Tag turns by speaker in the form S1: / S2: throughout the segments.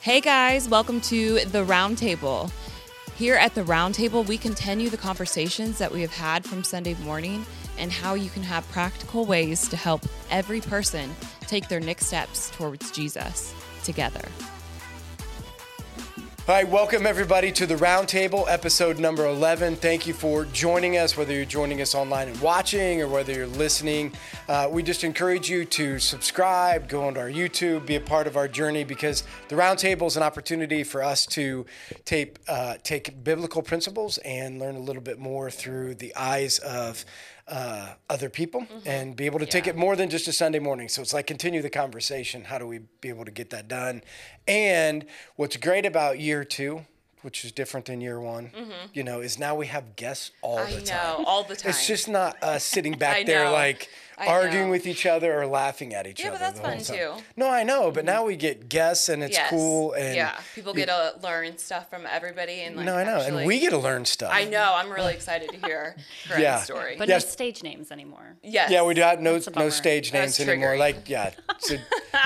S1: Hey guys, welcome to the Roundtable. Here at the Roundtable, we continue the conversations that we have had from Sunday morning and how you can have practical ways to help every person take their next steps towards Jesus together.
S2: All right, welcome everybody to the Roundtable, episode number 11. Thank you for joining us, whether you're joining us online and watching or whether you're listening. Uh, we just encourage you to subscribe, go onto our YouTube, be a part of our journey because the Roundtable is an opportunity for us to tape, uh, take biblical principles and learn a little bit more through the eyes of uh, other people
S1: Mm-hmm.
S2: and be able to take it more than just a Sunday morning. So it's like continue the conversation. How do we be able to get that done? And what's great about year two, which is different than year one,
S1: Mm-hmm.
S2: you know, is now we have guests all the time.
S1: all the time.
S2: It's just not us sitting back
S1: I
S2: there
S1: know.
S2: like
S1: I
S2: arguing
S1: know.
S2: with each other or laughing at each
S1: Yeah,
S2: other.
S1: but that's
S2: the whole
S1: fun,
S2: time.
S1: too. Mm-hmm.
S2: No, I know, but now we get guests and it's cool and
S3: yeah, people get to learn stuff from everybody and like
S2: no, I know,
S3: actually,
S2: and we get to learn stuff.
S3: I know. I'm really excited to hear Greg's
S2: Yeah.
S3: story.
S4: But
S2: Yes.
S4: no stage names anymore.
S3: yes,
S2: Yeah, we got no
S4: That's a
S2: no
S4: bummer.
S2: stage names
S3: That's
S2: anymore.
S3: triggering.
S2: Like yeah, so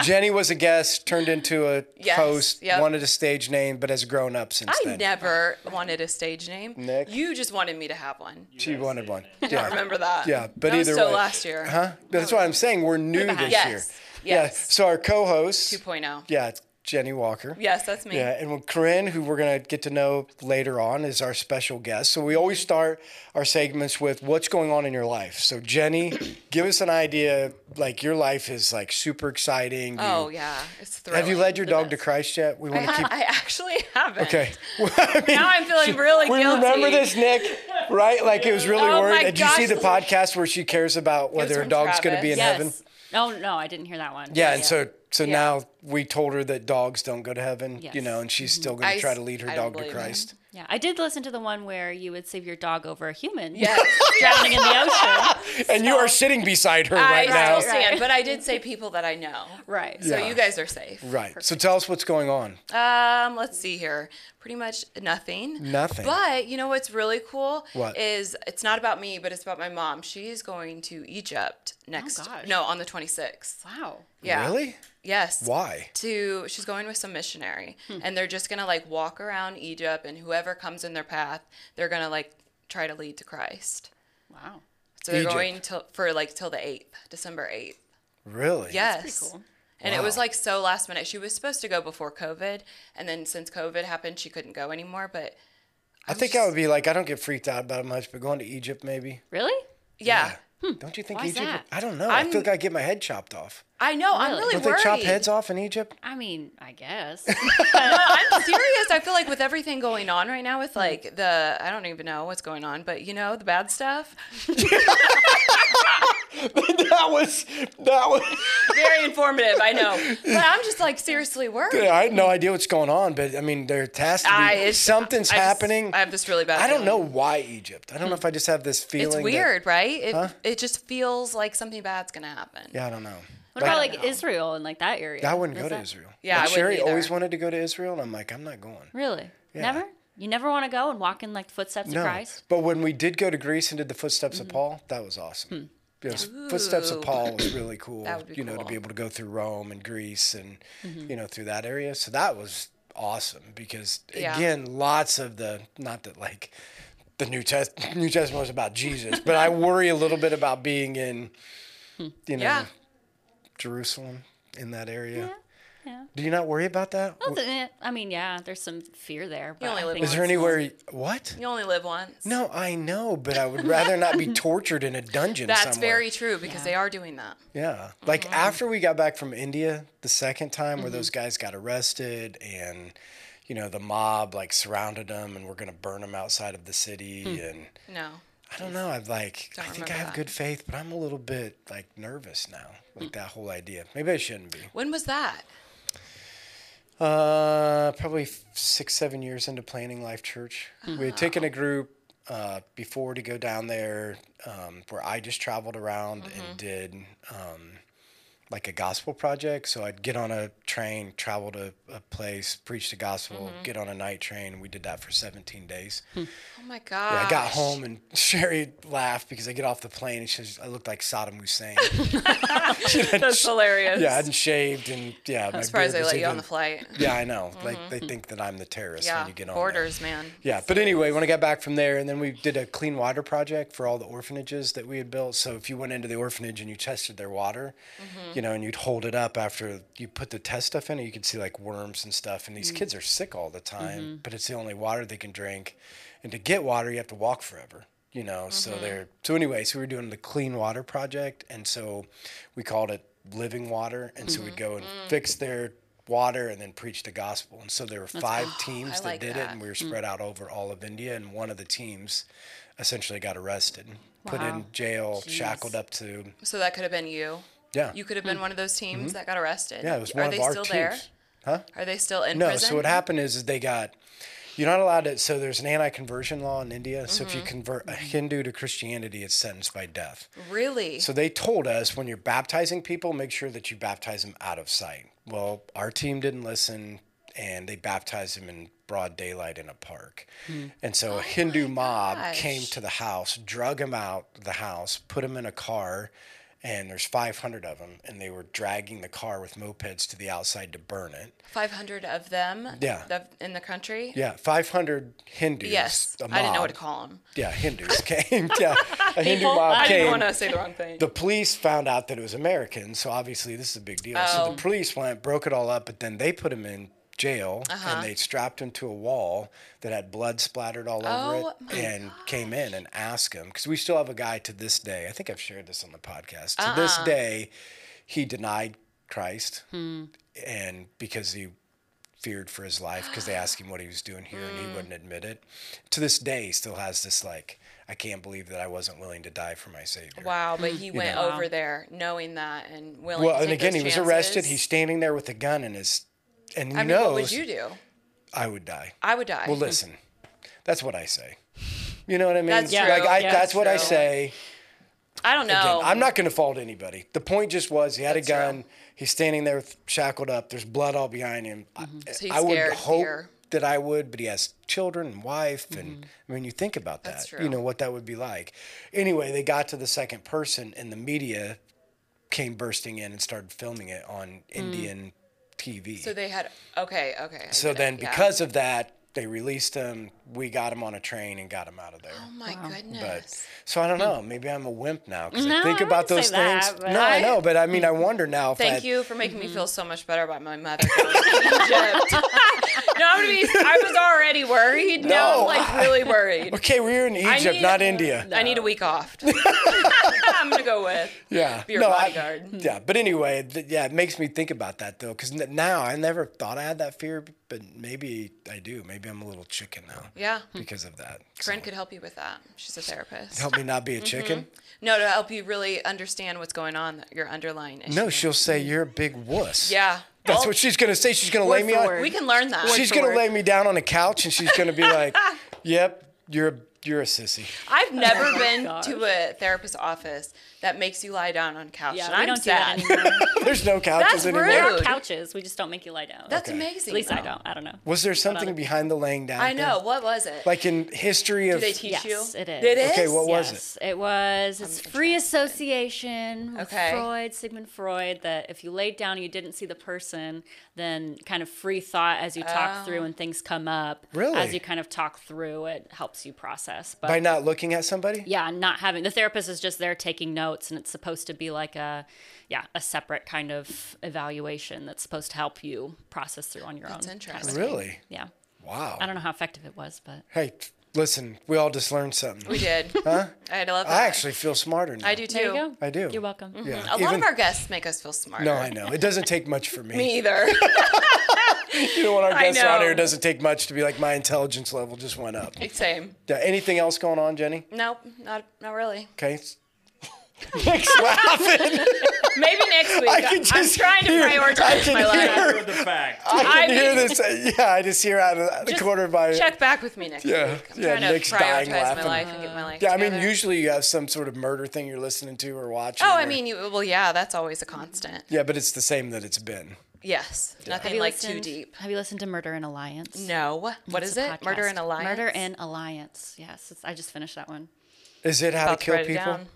S2: Jenny was a guest, turned into a
S3: Yes,
S2: host,
S3: yep.
S2: wanted a stage name, but has grown up since
S3: I
S2: then.
S3: never wanted a stage name.
S2: Nick?
S3: you just wanted me to have one.
S2: she wanted one.
S3: I
S2: Yeah,
S3: remember that.
S2: yeah, but
S3: that
S2: either
S3: was so
S2: way,
S3: last year.
S2: huh? That's what I'm saying. We're new this
S3: Yes,
S2: year. Yeah.
S3: yes.
S2: So our co-host,
S3: 2.0.
S2: yeah, it's Jenny Walker.
S3: oh. Yes, that's me.
S2: Yeah, and when Corinne, who we're gonna get to know later on, is our special guest. So we always start our segments with what's going on in your life. So Jenny, give us an idea. Like your life is like super exciting. You-
S3: Oh yeah, it's thrilling.
S2: Have you led your
S3: The
S2: dog to
S3: best.
S2: Christ yet? We want to keep.
S3: I actually haven't.
S2: Okay. Well, I mean,
S3: Now I'm feeling really
S2: we
S3: guilty.
S2: remember this, Nick, right? Like it was really
S3: Oh
S2: worried.
S3: my
S2: Did you see
S3: gosh.
S2: the podcast where she cares about whether her
S3: from
S2: dog's going to be in
S3: Travis. Oh,
S2: heaven?
S4: Yes. No, no, I didn't hear that one.
S2: Yeah, and so so now we told her that dogs don't go to heaven, you
S4: Yes.
S2: know, and she's still going to
S3: Mm-hmm. I
S2: try to
S3: s-
S2: lead her
S3: I don't
S2: dog to
S3: believe it.
S2: Christ.
S4: Yeah, I did listen to the one where you would save your dog over a human
S3: Yes.
S4: drowning in the ocean.
S2: And you are sitting beside her
S3: I
S2: right now.
S3: still stand, but I did say people that I know.
S4: Right.
S3: So
S2: Yeah.
S3: you guys are safe.
S2: Right. So tell us what's going on.
S3: Um, let's see here. Pretty much nothing.
S2: Nothing.
S3: But you know what's really cool?
S2: What?
S3: is it's not about me, but it's about my mom. She's going to Egypt next.
S4: gosh.
S3: No, on the 26th.
S4: Wow.
S3: Yeah.
S2: Really?
S3: Yes.
S2: Why?
S3: To she's going with some missionary, and they're just gonna like walk around Egypt, and whoever comes in their path, they're gonna like try to lead to Christ.
S4: Wow.
S3: So they're
S2: Egypt.
S3: going till for like till the eighth, December eighth.
S2: Really?
S3: Yes.
S4: cool.
S3: And it was like so last minute. She was supposed to go before COVID, and then since COVID happened, she couldn't go anymore. But
S2: I think I would be like, I don't get freaked out about it much, but going to Egypt maybe.
S4: Really?
S3: yeah,
S2: Don't you think
S4: Why's
S2: Egypt?
S4: that?
S2: I don't know. i
S3: Hmm. I'm-
S2: feel like I get my head chopped off.
S3: I know. I'm
S4: Really?
S3: really
S2: Don't
S3: worried.
S2: they chop heads off in Egypt?
S4: I mean, I guess.
S3: No, I'm serious. I feel like with everything going on right now, with like the I don't even know what's going on, but you know the bad stuff.
S2: that was that was.
S3: Very informative, I know. But I'm just like seriously worried.
S2: I had no idea what's going on, but I mean, there has to be
S3: I- it's-
S2: something's
S3: I just-
S2: happening.
S3: I have this really bad.
S2: I don't
S3: feeling.
S2: know why Egypt. I don't know if I just have this feeling.
S3: It's
S2: that-
S3: weird, right? It it just feels like something bad's gonna happen.
S2: yeah, I don't know.
S4: What about like Israel and like that area?
S2: I wouldn't
S4: Is
S2: go to
S4: that-
S2: Israel.
S3: Yeah, I
S2: like,
S3: wouldn't
S2: Sherry always
S3: either.
S2: wanted to go to Israel, and I'm like, I'm not going.
S4: Really? Never? You never want to go and walk in like the footsteps
S2: No,
S4: of Christ?
S2: but when we did go to Greece and did the footsteps of Paul, that was awesome. Because footsteps of
S3: Mm-hmm. Hmm. Ooh.
S2: Paul was really cool.
S3: That would be
S2: you know, to
S3: cool. Mm-hmm.
S2: be able to go through Rome and Greece and you know through that area. So that was awesome because
S3: Yeah.
S2: again, lots of the not that like the New Test New Testament was about Jesus, but I worry a little bit about being in you know
S3: Hmm. Yeah.
S2: Jerusalem in that area.
S4: yeah.
S2: Do you not worry about that?
S4: Well, eh, I mean, yeah, there's some fear there. But
S3: only
S4: I
S3: live
S4: think
S2: Is there
S3: once.
S2: anywhere you- what?
S3: You only live once.
S2: No, I know, but I would rather not be tortured in a dungeon
S3: That's
S2: somewhere.
S3: very Uh-huh. true because they are doing that.
S2: Yeah. Like after we got back from India the second time where those
S3: Mm-hmm.
S2: guys got arrested and you know the mob like surrounded them and we're going to burn them outside of the city and
S3: No.
S2: I don't know, I've like I
S3: Hmm. Don't
S2: think
S3: remember
S2: I have
S3: that. Mm.
S2: good faith, but I'm a little bit like nervous now. Like that whole idea. Maybe I shouldn't be.
S3: When was that?
S2: Uh, probably f- six, seven years into planning Life Church. We had taken a group uh, before to go
S3: Mm-hmm.
S2: down there, um, where I just traveled around and did um, like a gospel project. So I'd get on a train, travel to a place, preach the gospel,
S3: Mm-hmm.
S2: get on a night train. We did that for 17 days.
S3: Oh my god.
S2: I got home and Sherry laughed because I get off the plane and she was, I looked like Saddam Hussein.
S3: That's hilarious.
S2: yeah, I hadn't shaved and yeah.
S3: I'm surprised they let you on the flight.
S2: Yeah, I know. Like they think that I'm the terrorist
S3: Yeah.
S2: when you get on. there.
S3: Borders, man.
S2: Yeah, but anyway, when I got back from there, and then we did a clean water project for all the orphanages that we had built. So if you went into the orphanage and you tested their water, you know, and you'd hold it up after you put the test stuff in it, you could see like worms and stuff. And these kids are sick all the time, but it's the only water they can drink. And to get water, you have to walk forever. You know, so they're so anyway. So we were doing the clean water project, and so we called it living water. And so we'd go and fix their water and then preach the gospel. And so there were five teams that
S3: like
S2: did it,
S3: that. Mm.
S2: and we were spread out over all of India. And one of the teams essentially got arrested, put in jail, shackled up to
S3: So that could have been you.
S2: yeah,
S3: You could have been one of those teams that got arrested.
S2: Mm-hmm. yeah. It was
S3: Are
S2: one
S3: they
S2: of our
S3: still
S2: teams.
S3: there? Are they still in
S2: No,
S3: prison?
S2: so what happened is, is they got you're not allowed to. So there's an anti-conversion law in India. So
S3: Mm-hmm.
S2: if you convert a Hindu to Christianity, it's sentenced by death.
S3: Really?
S2: So they told us when you're baptizing people, make sure that you baptize them out of sight. Well, our team didn't listen and they baptized him in broad daylight in a park.
S3: Hmm.
S2: And
S3: Oh
S2: so a Hindu mob came to the house, drug him out of the house, put him in a car, and there's 500 of them, and they were dragging the car with mopeds to the outside to burn it.
S3: 500 of them
S2: Yeah.
S3: th- in the country?
S2: Yeah, 500 Hindus.
S3: Yes.
S2: a
S3: I didn't know what to
S2: mob-
S3: call them.
S2: Yeah, Hindus came. Yeah, a Hindu mob
S3: I
S2: came.
S3: didn't want to say the wrong thing.
S2: the police found out that it was American, so obviously this is a big deal. So
S3: Oh.
S2: the police went, broke it all up, but then they put him in jail
S3: Uh-huh.
S2: and they strapped him to a wall that had blood splattered all over
S3: Oh,
S2: it and came in and asked him because we still have a guy to this day. I think I've shared this on the podcast. To this
S3: Uh-uh.
S2: day, he denied Christ
S3: Hmm.
S2: and because he feared for his life because they asked him what he was doing here and
S3: Hmm.
S2: he wouldn't admit it. To this day, he still has this like, I can't believe that I wasn't willing to die for my savior.
S3: wow, but he went over there knowing that and willing
S2: Mm, Well,
S3: to
S2: and
S3: take
S2: again,
S3: those
S2: he was arrested.
S3: chances.
S2: He's standing there with a gun in his, and he
S3: I mean,
S2: knows
S3: what would you do?
S2: I would die.
S3: I would die.
S2: Well, listen, that's what I say. You know what I mean?
S3: That's Yeah.
S2: Like
S3: true.
S2: I,
S3: Yeah,
S2: that's what I
S3: true.
S2: say.
S3: I don't know.
S2: I'm not going to fault anybody. The point just was he had a gun. He's standing there with- shackled up. There's blood all behind him. I-
S3: Mm-hmm. So he's
S2: I, would
S3: scared,
S2: hope
S3: fear.
S2: that I would, but he has children and wife, and I mean, you think about that.
S3: Mm-hmm. That's
S2: You
S3: true.
S2: know what that would be like. Anyway, they got to the second person, and the media came bursting in and started filming it on Indian TV.
S3: Mm. So they had okay, okay. I
S2: So
S3: get it,
S2: then,
S3: yeah.
S2: because of that, they released him. We got him on a train and got him out of there.
S3: oh my
S2: But
S3: goodness,
S2: so I
S3: Hmm.
S2: don't know. Maybe I'm a wimp now because I
S4: No,
S2: think
S4: I
S2: about those
S4: wouldn't say
S2: things.
S4: that, but-
S2: no, I know, but I mean, I wonder now. If
S3: Hmm. thank
S2: I,
S3: you for making me feel so much better about my mother. going to Egypt. no, I'm gonna be, I was already worried. now
S2: No,
S3: I'm like really worried.
S2: Okay, we're in Egypt,
S3: need-
S2: not India.
S3: I need a week off. I'm gonna go with
S2: Yeah.
S3: be your
S2: I-
S3: bodyguard. Hmm.
S2: yeah, but anyway, th- yeah, it makes me think about that though, because n- now I never thought I had that fear, but maybe I do. Maybe I'm a little chicken now.
S3: Yeah. Hmm.
S2: Because of that. So,
S3: Corinne could help you with that. She's a therapist.
S2: help me not
S3: Mm-hmm.
S2: be a chicken.
S3: No, to help you really understand what's going on, your underlying issue.
S2: No, she'll say you're a big wuss.
S3: Hmm. Yeah.
S2: That's
S3: Well,
S2: what she's gonna say. She's gonna lay me
S4: for
S2: on.
S4: word.
S3: we can learn that.
S2: she's gonna lay me down on a couch and she's gonna be like, "Yep, you're a you're a sissy."
S3: I've never been
S4: Oh gosh.
S3: to a therapist's office that makes you lie down on couch.
S4: Yeah,
S3: and
S4: we
S3: I'm
S4: don't do
S3: sad.
S4: that anymore.
S2: There's no couches
S3: That's
S2: anymore.
S4: there
S3: rude.
S4: are couches. We just don't make you lie down.
S3: That's
S2: Okay.
S3: amazing.
S4: At least I
S3: though.
S4: don't. I don't know.
S2: Was there something behind the laying down?
S3: I
S2: thing?
S3: know. What was it?
S2: Like in history of
S3: Did they teach
S4: Yes,
S3: you?
S4: it is.
S3: It is.
S2: Okay, what was it?
S4: yes, it? was. It's free association. with
S3: Okay.
S4: Freud, Sigmund Freud, that if you laid down and you didn't see the person, then kind of free thought as you
S3: Oh.
S4: talk through and things come up.
S2: Really?
S4: As you kind of talk through, it helps you process. But
S2: By not looking at somebody?
S4: yeah, and not having the therapist is just there taking notes, and it's supposed to be like a, yeah, a separate kind of evaluation that's supposed to help you process through on your
S3: That's
S4: own. kind of
S3: interesting.
S4: thing.
S2: Really?
S4: Yeah.
S2: Wow.
S4: I don't know how effective it was, but
S2: Hey, t- listen, we all just learned something.
S3: We did. I love that.
S2: I actually feel smarter now.
S3: I do Mm-hmm. too.
S4: there you go.
S2: I do.
S4: You're welcome.
S2: Yeah.
S3: A lot
S2: even-
S3: of our guests make us feel smart.
S2: No, I know. It doesn't take much for me.
S3: Me either.
S2: You know, when our
S3: I
S2: guests are on
S3: know.
S2: here, it doesn't take much to be like, my intelligence level just went up.
S3: Same.
S2: Yeah, anything else going on, Jenny?
S3: Nope. Not. Not really.
S2: Okay. Nick's laughing.
S3: Maybe next week.
S2: I
S3: I
S2: can just
S3: am trying to
S2: hear- I
S3: prioritize
S2: can
S3: my life.
S2: hear-
S5: After the fact.
S2: I can
S3: I
S2: hear
S3: mean-
S2: this. uh, Yeah, I just hear out of the
S3: Just
S2: corner of my.
S3: Check back with me next
S2: Yeah,
S3: week. I'm
S2: yeah,
S3: trying
S2: Nick's
S3: to
S2: dying
S3: prioritize
S2: laughing.
S3: my life and get my life.
S2: Yeah, I mean,
S3: together.
S2: usually you have some sort of murder thing you're listening to or watching.
S3: Oh, I
S2: or-
S3: mean, you, well, yeah, that's always a constant.
S2: Yeah, but it's the same that it's been.
S3: Yes,
S4: Have
S3: nothing
S4: you
S3: like
S4: listened-
S3: too deep.
S4: Have you listened to Murder and Alliance?
S3: No, what
S4: It's
S3: is
S4: a
S3: it? Murder
S4: podcast.
S3: and alliance.
S4: Murder and Alliance. Yes, it's, I just finished that one.
S2: Is it how
S3: About
S2: to
S3: to
S2: kill
S3: write it
S2: people?
S3: down.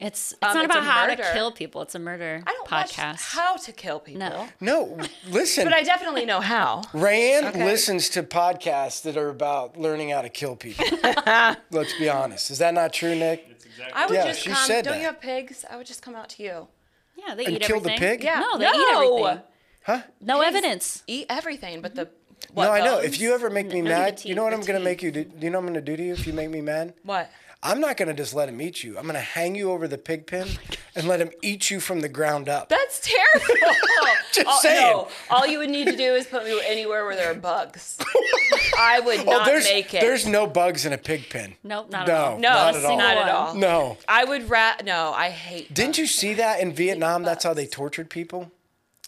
S4: It's it's
S3: Um,
S4: not
S3: it's
S4: about
S3: a
S4: how to
S3: murder.
S4: kill people. It's a murder
S3: I don't watch
S4: podcast.
S3: how to kill people.
S4: no,
S2: No, listen.
S3: But I definitely know how.
S2: Rayanne listens to podcasts that are about learning how to kill people. Let's be honest. Is that not true, Nick?
S5: It's exactly
S3: I would
S2: Yeah,
S3: just
S2: she
S3: come.
S2: said
S3: don't
S2: that.
S3: you have pigs? I would just come out to you.
S4: yeah, they
S2: And
S4: eat
S2: kill the
S4: everything.
S2: pig?
S3: Yeah.
S4: no, they eat
S3: No.
S4: everything. Huh? No evidence.
S3: Eat everything, but the. What,
S2: Mm-hmm. no, I know.
S3: bones?
S2: If you ever make me
S4: No,
S2: mad,
S4: the tea-
S2: you know what
S4: the
S2: I'm going to
S4: tea.
S2: make you do? do You know what I'm going to do to you if you make me mad?
S3: What?
S2: I'm not going to just let him eat you. I'm going to hang you over the pig pen and let him eat you from the ground up.
S3: Oh That's terrible.
S2: Just
S3: all,
S2: saying.
S3: No, all you would need to do is put me anywhere where there are bugs. I would not
S2: Oh, there's,
S3: make it.
S2: there's no bugs in a pig pen.
S4: Nope, not
S2: No.
S4: at all.
S3: no,
S2: not at all.
S3: not at all.
S2: No.
S3: I would rat. No, I hate.
S2: Didn't you see that in Vietnam? That's how they tortured people.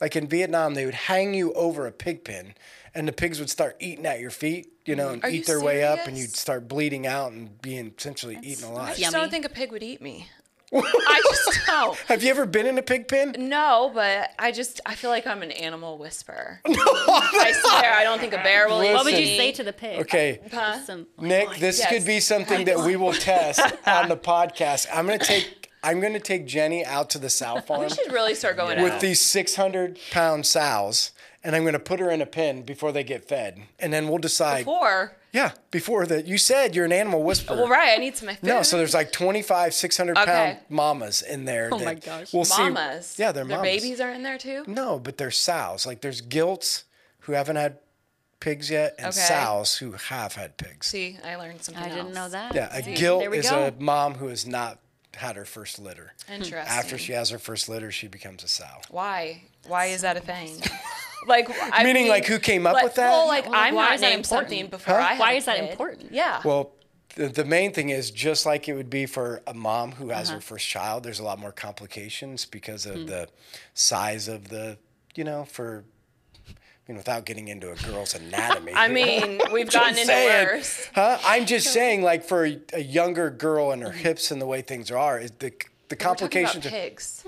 S2: Like in Vietnam, they would hang you over a pig pen, and the pigs would start eating at your feet, you know, and
S3: Are you
S2: eat their way up, and
S3: serious?
S2: you'd start bleeding out and being essentially eaten alive.
S3: I just
S4: Yummy.
S3: don't think a pig would eat me. I just don't.
S2: Have you ever been in a pig pen?
S3: No, but I just I feel like I'm an animal whisperer. I swear, I don't think a bear will eat
S4: What would you
S3: me.
S4: say to the pig?
S2: Okay.
S3: Huh?
S4: Some-
S2: Nick, this
S3: Yes.
S2: could be something that we will test on the podcast. I'm gonna take I'm gonna take Jenny out to the sow farm
S3: We should really start going
S2: with
S3: out.
S2: these 600 pound sows, and I'm gonna put her in a pen before they get fed, and then we'll decide.
S3: Before,
S2: Yeah, before that, you said you're an animal whisperer.
S3: well, right? I need some. Food.
S2: No, so there's like 25, 600 pound
S3: Okay.
S2: mamas in there. Oh
S4: my gosh.
S2: We'll
S3: mamas.
S2: See, yeah, they're
S3: Their
S2: mamas. Mm.
S3: babies are in there too.
S2: No, but they're sows. Like there's gilts who haven't had pigs yet and
S3: Okay.
S2: sows who have had pigs.
S3: See, I learned something.
S4: I didn't
S3: else.
S4: know that.
S2: yeah, a
S4: there
S2: gilt
S4: we
S2: is
S4: go.
S2: a mom who has not had her first litter.
S4: Hmm.
S3: Interesting.
S2: After she has her first litter, she becomes a sow.
S3: Why? Why is that a thing? like, I
S2: Meaning,
S3: mean,
S2: like, who came up
S3: like-
S2: with that?
S3: Well, like
S4: Well, like,
S3: I'm
S4: why
S3: not
S4: is that
S3: named
S4: important?
S3: something before I. had
S4: Why
S3: a
S4: is that
S3: kid.
S4: important?
S3: Yeah.
S2: Well, the, the main thing is just like it would be for a mom who has
S3: Uh-huh.
S2: her first child, there's a lot more complications because of
S3: Hmm.
S2: the size of the, you know, for, you know, without getting into a girl's anatomy.
S3: I mean, we've
S2: I'm
S3: gotten into
S2: saying,
S3: worse.
S2: Huh? I'm just saying, like, for a, a younger girl and her hips and the way things are, is the, the
S3: Mm-hmm. We're talking about
S2: complications. of-
S3: pigs.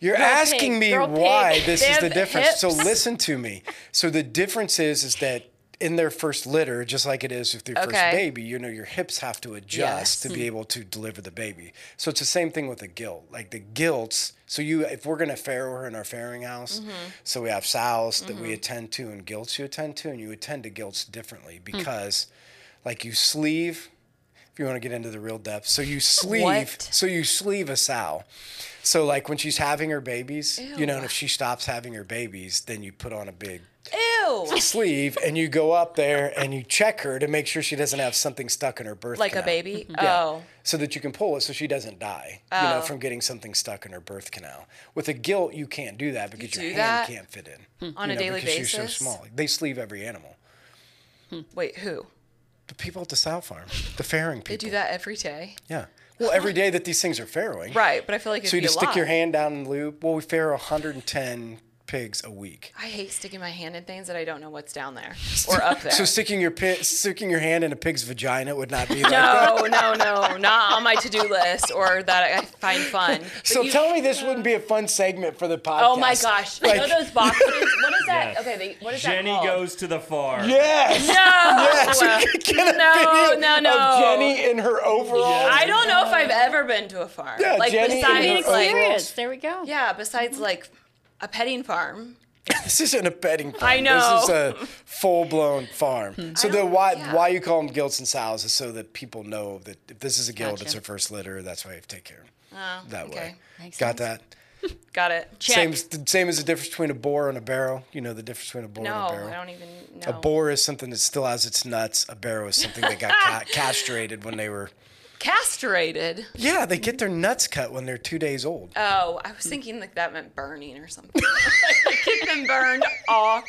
S2: You're asking me
S4: girl
S2: why
S4: pig.
S2: this
S3: They
S2: is the
S3: have
S2: difference. So
S3: hips.
S2: listen to me. So the difference is is that in their first litter, just like it is with your
S3: Okay.
S2: first baby, you know your hips have to adjust to be able to deliver the baby. So it's the same thing with the gilt. Like the gilts. So you, if we're gonna farrow her in our farrowing house, so we have sows that we attend to and gilts you attend to, and you attend to gilts differently because, like you sleeve. If you want to get into the real depth, so you sleeve,
S3: What?
S2: so you sleeve a sow. So like when she's having her babies, you know, and if she stops having her babies, then you put on a big
S3: Ew.
S2: sleeve and you go up there and you check her to make sure she doesn't have something stuck in her birth
S3: Like a
S2: canal.
S3: baby.
S2: Yeah.
S3: Oh.
S2: So that you can pull it so she doesn't die, you know, from getting something stuck in her birth canal. With a gilt, you can't do that because
S3: do
S2: your
S3: that? Hmm.
S2: hand can't fit in.
S3: On
S2: you
S3: a
S2: know,
S3: daily
S2: because you're so
S3: basis?
S2: small. They sleeve every animal.
S3: Wait, who?
S2: The people at the sow farm, the farrowing people.
S3: They do that every day.
S2: Yeah. Well, every day that these things are farrowing.
S3: Right, but I feel like it'd
S2: So you
S3: be
S2: just
S3: a
S2: stick your
S3: lot.
S2: hand down in the loop. Well, we farrow 110 pigs a week.
S3: I hate sticking my hand in things that I don't know what's down there or up there.
S2: So sticking your pi- sticking your hand in a pig's vagina would not be like that.
S3: no, no, no, not on my to-do list or that I find fun. But
S2: So
S3: you-
S2: tell me this wouldn't be a fun segment for the podcast.
S3: Oh my gosh!
S2: Like,
S3: you know those boxes? What is that?
S5: Yes.
S3: Okay, they, what is
S5: Jenny
S3: that called?
S5: goes to the farm.
S2: Yes.
S3: No.
S2: Yes. We could get a
S3: Oh, No,
S2: video
S3: no, no.
S2: of Jenny in her overalls.
S3: I don't know if I've ever been to a farm.
S2: Yeah,
S3: like
S2: Jenny and
S4: I
S2: her
S4: mean,
S3: besides, like
S2: overall-
S4: experience. There we go.
S3: yeah, besides like a petting farm.
S2: This isn't a betting farm.
S3: I
S2: This is
S3: know. Hmm.
S2: a full blown farm. so the
S3: don't-
S2: why
S3: yeah.
S2: why you call them gilts and sows is so that people know that if this is a guild, it's
S4: Gotcha.
S2: her first litter. That's why you have to take care. of
S3: Oh,
S2: That
S3: okay.
S2: way.
S4: Makes
S2: Got
S4: sense.
S2: that?
S3: Got it.
S2: Same as the same as the difference between a boar and a barrel. You know the difference between a boar
S3: No,
S2: and a barrel.
S3: I don't even know.
S2: A boar is something that still has its nuts. A barrel is something that got ca- castrated when they were.
S3: Castrated.
S2: Yeah, they get their nuts cut when they're two days old.
S3: Uh,
S2: Hmm.
S3: Oh, I was thinking like that meant burning or something. Like, Get them burned off.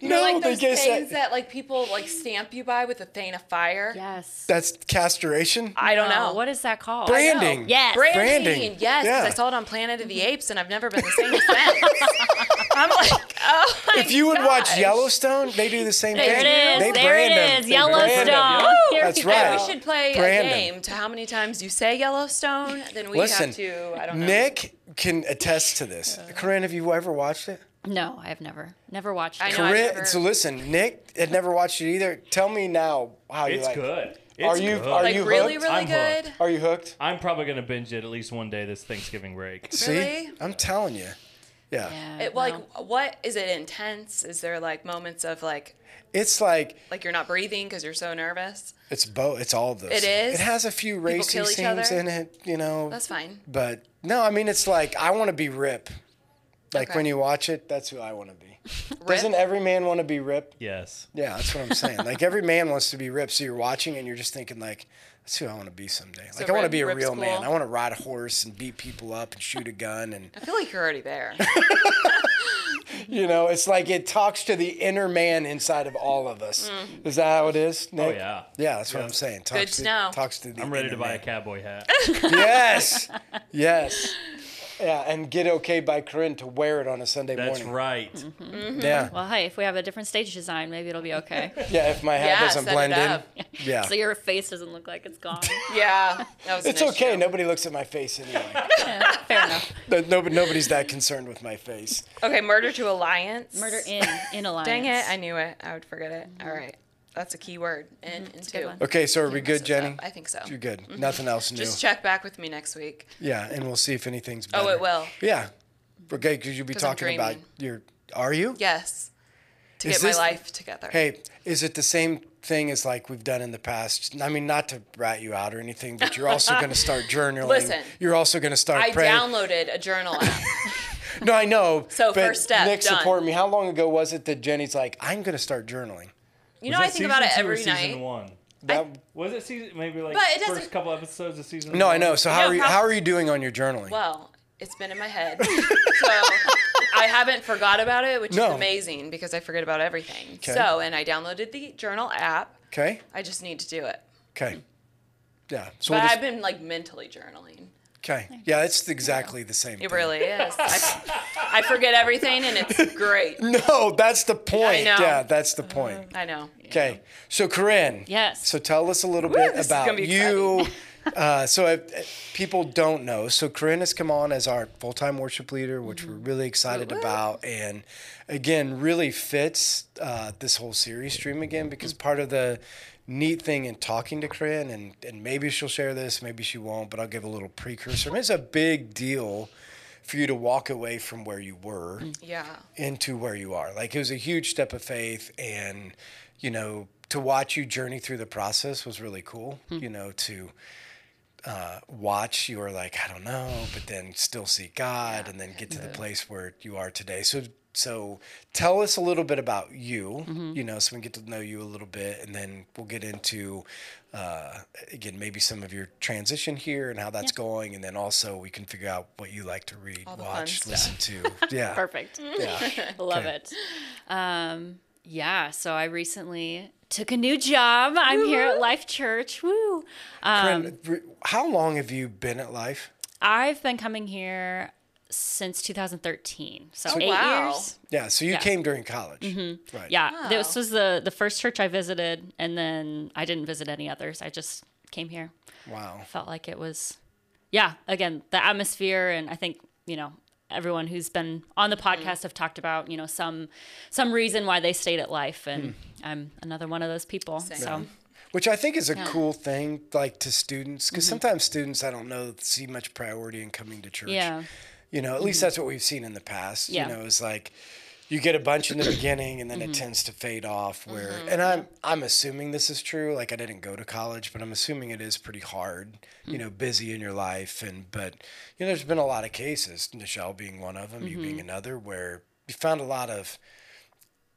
S3: You know, like
S2: they
S3: those
S2: guess that-
S3: things that. like people like stamp you by with a thing of fire.
S4: Yes.
S2: That's castration.
S3: I don't
S4: Oh,
S3: know
S4: what is that called?
S2: Branding.
S4: Yes.
S3: Branding,
S2: Branding,
S3: yes, 'cause
S2: yeah.
S3: I saw it on Planet of the Apes, and I've never been the same since. I'm like, oh my
S2: If you would watch
S3: gosh.
S2: Yellowstone, they do the same
S4: There
S2: thing.
S4: it
S2: They
S4: is. There
S2: brand them.
S4: it is.
S2: They brand them.
S4: Yellowstone. Here
S2: That's
S4: we go.
S2: right.
S3: We should play
S2: Brandon.
S3: a game to how many times you say Yellowstone, then we
S2: Listen,
S3: have to. I don't know.
S2: Nick can attest to this. Corinne, have you ever watched it?
S4: No, I have never, never watched.
S3: I
S4: it.
S3: know. I've
S2: Corinne,
S3: never-
S2: so listen, Nick had never watched it either. Tell me now how you
S5: It's
S2: like. it.
S5: good.
S2: Are
S5: It's
S2: you-
S5: good.
S2: are
S3: like
S2: you
S3: really,
S2: hooked?
S3: really
S5: I'm
S3: good.
S5: hooked.
S2: Are you hooked?
S5: I'm probably gonna binge it at least one day this Thanksgiving break.
S2: See,
S3: Really?
S2: I'm telling you. Yeah.
S4: Yeah,
S3: It,
S4: well,
S3: like, what is it intense? Is there like moments of like,
S2: it's like
S3: like you're not breathing because you're so nervous?
S2: it's both. It's all of those.
S3: It
S2: things.
S3: is?
S2: It has a few racy
S3: kill each
S2: scenes
S3: other?
S2: in it, you know.
S3: That's fine.
S2: But no, I mean it's like I want to be Rip. Like
S3: Okay.
S2: when you watch it, that's who I want to be.
S3: Rip?
S2: Doesn't every man want to be Rip?
S5: Yes.
S2: Yeah, that's what I'm saying. like every man wants to be Rip. So you're watching and you're just thinking like, that's who I want to be someday. Like I want to
S3: Rip-
S2: be a
S3: Rip's
S2: real man.
S3: cool.
S2: I want to ride a horse and beat people up and shoot a gun and
S3: I feel like you're already there.
S2: you know it's like it talks to the inner man inside of all of us. Is that how it is? Nick?
S5: Oh, yeah.
S2: Yeah, that's what I'm saying. Talks
S3: Mm. Good to know.
S2: Talks to the.
S5: I'm ready
S2: inner
S5: to buy
S2: man.
S5: a cowboy hat.
S2: Yes. Yes. Yeah, and get okay by Corinne to wear it on a Sunday
S5: That's
S2: morning.
S5: right.
S3: Mm-hmm.
S2: Yeah.
S4: well, hey, if we have a different stage design, maybe it'll be okay.
S2: Yeah, if my hat
S3: Yeah,
S2: doesn't
S3: set it
S2: blend in.
S3: up.
S2: Yeah.
S4: so your face doesn't look like it's gone.
S3: yeah, that was. an
S2: it's okay.
S3: issue.
S2: Nobody looks at my face anyway.
S4: Fair enough.
S2: No- nobody, nobody's that concerned with my face.
S3: Okay, murder to alliance.
S4: Murder in in alliance.
S3: Dang it! I knew it. I would forget it. All right, that's Mm-hmm. a key word. In and
S4: good
S3: two.
S4: one.
S2: Okay, so are we good,
S3: Messes
S2: Jenny?
S3: up. I think so.
S2: You're good. Nothing else new.
S3: Just check back with me next week.
S2: Yeah, and we'll see if anything's better.
S3: Oh, it will.
S2: Yeah. Okay, because you'll be
S3: 'Cause I'm
S2: talking about
S3: dreaming.
S2: your. Are you?
S3: Yes, to
S2: Is
S3: get my
S2: this-
S3: life together.
S2: Hey, is it the same thing as like we've done in the past? I mean, not to rat you out or anything, but you're also going to start journaling.
S3: Listen,
S2: you're also going to start
S3: I
S2: praying.
S3: downloaded a journal app.
S2: no, I know.
S3: So
S2: but
S3: first step,
S2: Nick
S3: done.
S2: supported me. How long ago was it that Jenny's like, I'm going to start journaling?
S3: You know, I think about it every
S5: Season
S3: night.
S5: one.
S2: That,
S5: Was it season maybe like
S3: But it doesn't-
S5: first couple episodes of season?
S2: no,
S5: one?
S2: I know. So how
S3: No,
S2: are you?
S3: prob-
S2: How are you doing on your journaling?
S3: Well, it's been in my head, so I haven't forgot about it, which
S2: No.
S3: is amazing because I forget about everything.
S2: Okay.
S3: So, and I downloaded the journal app.
S2: okay.
S3: I just need to do it.
S2: Okay. Yeah. So
S3: But
S2: we'll just-
S3: I've been like mentally journaling.
S2: okay. Yeah, it's exactly the same.
S3: It
S2: thing.
S3: really is. I, I forget everything, and it's great.
S2: No, that's the point.
S3: know. Mm-hmm.
S2: Yeah, that's the point.
S3: I know.
S2: Okay. So Corinne.
S4: Yes.
S2: So tell us a little bit
S3: this is
S2: about
S3: gonna be
S2: you. Uh, so if, if people don't know, so Corinne has come on as our full-time worship leader, which
S3: Mm-hmm.
S2: we're really excited about, and again, really fits uh, this whole series stream again because
S3: Mm-hmm.
S2: part of the neat thing in talking to Corinne, and and maybe she'll share this, maybe she won't, but I'll give a little precursor. It's a big deal for you to walk away from where you were
S3: Yeah.
S2: into where you are. Like it was a huge step of faith and you know to watch you journey through the process was really cool.
S3: Hmm.
S2: You know to uh, watch you were like I don't know, but then still see God and then get to the place where you are today. So so tell us a little bit about you.
S3: Mm-hmm.
S2: You know, so we can get to know you a little bit, and then we'll get into uh, again maybe some of your transition here and how that's going, and then also we can figure out what you like to read,
S3: the fun
S2: watch,
S3: stuff.
S2: listen to. Yeah.
S4: Perfect.
S2: Yeah.
S4: Love
S2: Okay.
S4: it. Um, yeah. So I recently took a new job. I'm here at Life Church. Woo.
S2: Corinne, r- how long have you been at life?
S4: I've been coming here since 2013. So eight
S3: Oh, wow.
S4: years.
S2: Yeah, so you came during college, right?
S4: Yeah, this was the the first church I visited, and then I didn't visit any others. I just came here.
S2: Wow.
S4: Felt like it was, yeah. Again, the atmosphere, and I think you know everyone who's been on the podcast have talked about you know some some reason why they stayed at life, and I'm another one of those people. So
S2: Which I think is a cool thing, like to students, because sometimes students I don't know see much priority in coming to church.
S4: yeah,
S2: You know, at least that's what we've seen in the past.
S4: Mm-hmm. Yeah. Mm-hmm.
S2: You know, is like you get a bunch in the beginning and then it tends to fade off where and I'm I'm assuming this is true. Like I didn't go to college, but I'm assuming it is pretty hard, you
S4: Mm.
S2: know, busy in your life and but you know, there's been a lot of cases, Nichelle being one of them, you being
S4: Mm-hmm.
S2: another, where you found a lot of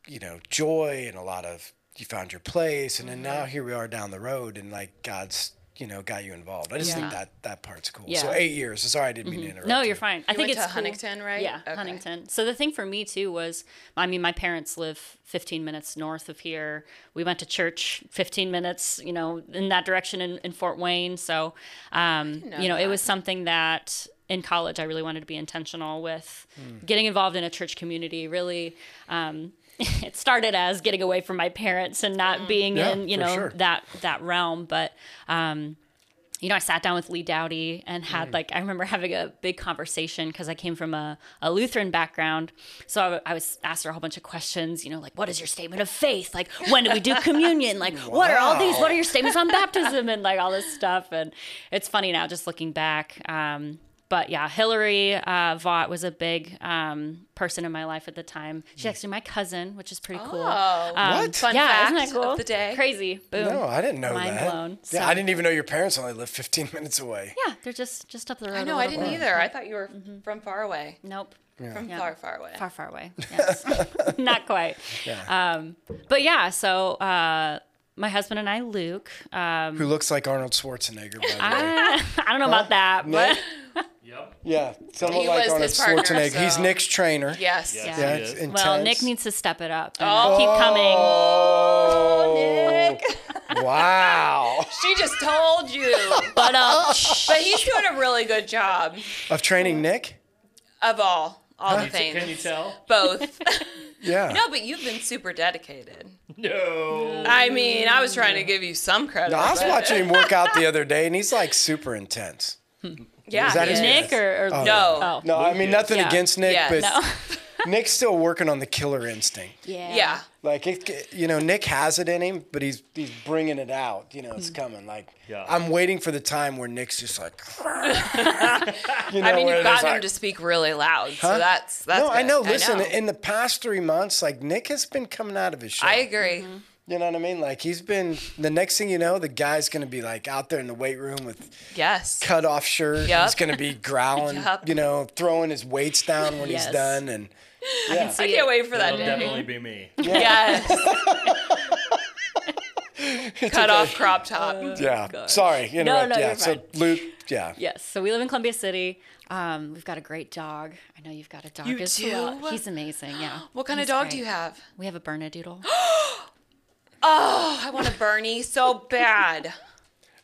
S2: you know,
S4: Mm-hmm.
S2: joy and a lot of you found your place. And then now here we are down the road and like God's, you know, got you involved. I just
S1: Yeah.
S2: think that that part's cool.
S4: Yeah. Mm-hmm.
S2: So eight years. Sorry, I didn't mean to interrupt.
S4: No,
S2: you.
S4: you're fine. I
S3: You
S4: think
S3: went
S4: it's
S3: to
S4: cool.
S3: Huntington, right?
S4: Yeah,
S3: Okay.
S4: Huntington. So the thing for me too was, I mean, my parents live 15 minutes north of here. We went to church 15 minutes, you know, in that direction in, in Fort Wayne. So, um,
S3: know
S4: you know, it
S3: that.
S4: was something that in college I really wanted to be intentional with
S2: Hmm.
S4: getting involved in a church community. Really, um, it started as getting away from my parents and
S3: Mm.
S4: not being
S2: Yeah,
S4: in, you
S2: for
S4: know,
S2: sure.
S4: that that realm, but. Um, you know, I sat down with Lee Dowdy and had like I remember having a big conversation because I came from a, a Lutheran background. So I, w- I was asked her a whole bunch of questions. You know, like what is your statement of faith? Like when do we do communion? Like what are all these? What are your statements on baptism and like all this stuff? And it's funny now just looking back. Um, but yeah, Hillary uh, Vaught was a big um, person in my life at the time. She's actually my cousin, which is pretty cool.
S3: Oh,
S4: Um,
S2: What?
S3: Fun
S4: yeah,
S3: fact
S4: isn't that cool?
S3: of the day.
S4: Crazy. Boom.
S2: No, I didn't know
S4: Mind
S2: that.
S4: blown.
S2: Yeah,
S4: So-
S2: I didn't even know your parents only live 15 minutes away.
S4: Yeah, they're just just up the road.
S3: I
S4: a
S3: know. I
S4: little
S3: didn't
S4: bit.
S3: either. I thought you were from far away.
S4: Nope.
S3: From
S4: Mm-hmm. Yeah.
S3: far, far away.
S4: Far, far away. Yes. Not quite. Um, but yeah, so uh, my husband and I, Luke, um,
S2: Who looks like Arnold Schwarzenegger? By the way.
S4: I don't know about that, but
S5: Yep.
S2: Yeah, somewhat
S3: He
S2: like
S3: was
S2: Arnold
S3: his partner,
S2: Schwarzenegger. He's
S3: so-
S2: Nick's trainer.
S3: Yes.
S5: Yes,
S4: Yeah.
S2: yeah,
S5: he
S2: it's
S5: is.
S2: intense.
S4: well, Nick needs to step it up. And
S3: Oh.
S4: keep coming.
S2: Oh, Nick! wow,
S3: She just told you.
S4: But um,
S3: but he's doing a really good job
S2: of training Nick.
S3: of all, all the
S5: Can you-
S3: things.
S5: Can you tell?
S3: Both.
S2: Yeah.
S3: no, but you've been super dedicated.
S5: No.
S3: I mean, I was trying to give you some credit.
S2: No, I was
S3: but-
S2: watching him work out the other day, and he's like super intense.
S3: Yeah.
S2: Is that his
S3: he
S2: name?
S4: Nick or, or
S3: No.
S4: Oh.
S2: No, I mean
S5: Yeah.
S2: nothing
S4: Yeah.
S2: against Nick,
S3: Yeah.
S2: but
S4: No.
S2: Nick's still working on the killer instinct.
S4: yeah.
S3: Yeah.
S2: Like it, you know, Nick has it in him, but he's he's bringing it out. You know, it's coming. Like
S5: Yeah.
S2: I'm waiting for the time where Nick's just like. you know,
S3: I mean,
S2: where
S3: you've
S2: there's
S3: gotten him
S2: like,
S3: to speak really loud,
S2: huh?
S3: so that's that's.
S2: no, I
S3: good.
S2: know. Listen, in the past three months, like Nick has been coming out of his shell.
S3: I agree.
S2: you know what I mean? Like he's been. The next thing you know, the guy's gonna be like out there in the weight room with
S3: Yes.
S2: cut off shirt.
S3: Yep.
S2: He's gonna be growling.
S3: Yep.
S2: You know, throwing his weights down when
S4: Yes.
S2: he's done, and
S3: I can't wait for that
S5: That'll
S3: day.
S5: definitely be me.
S3: Yes. Cut off crop top.
S2: yeah. Sorry, you know.
S4: no,
S2: yeah.
S4: you're
S2: so
S4: fine.
S2: Luke, yeah.
S4: Yes. So we live in Columbia City. Um, we've got a great dog. I know you've got a dog
S3: You
S4: as well.
S3: do?
S4: He's amazing. Yeah.
S3: What kind
S4: He's
S3: of dog
S4: great.
S3: do you have?
S4: We have a Bernedoodle.
S3: Oh, I want a Bernie so bad.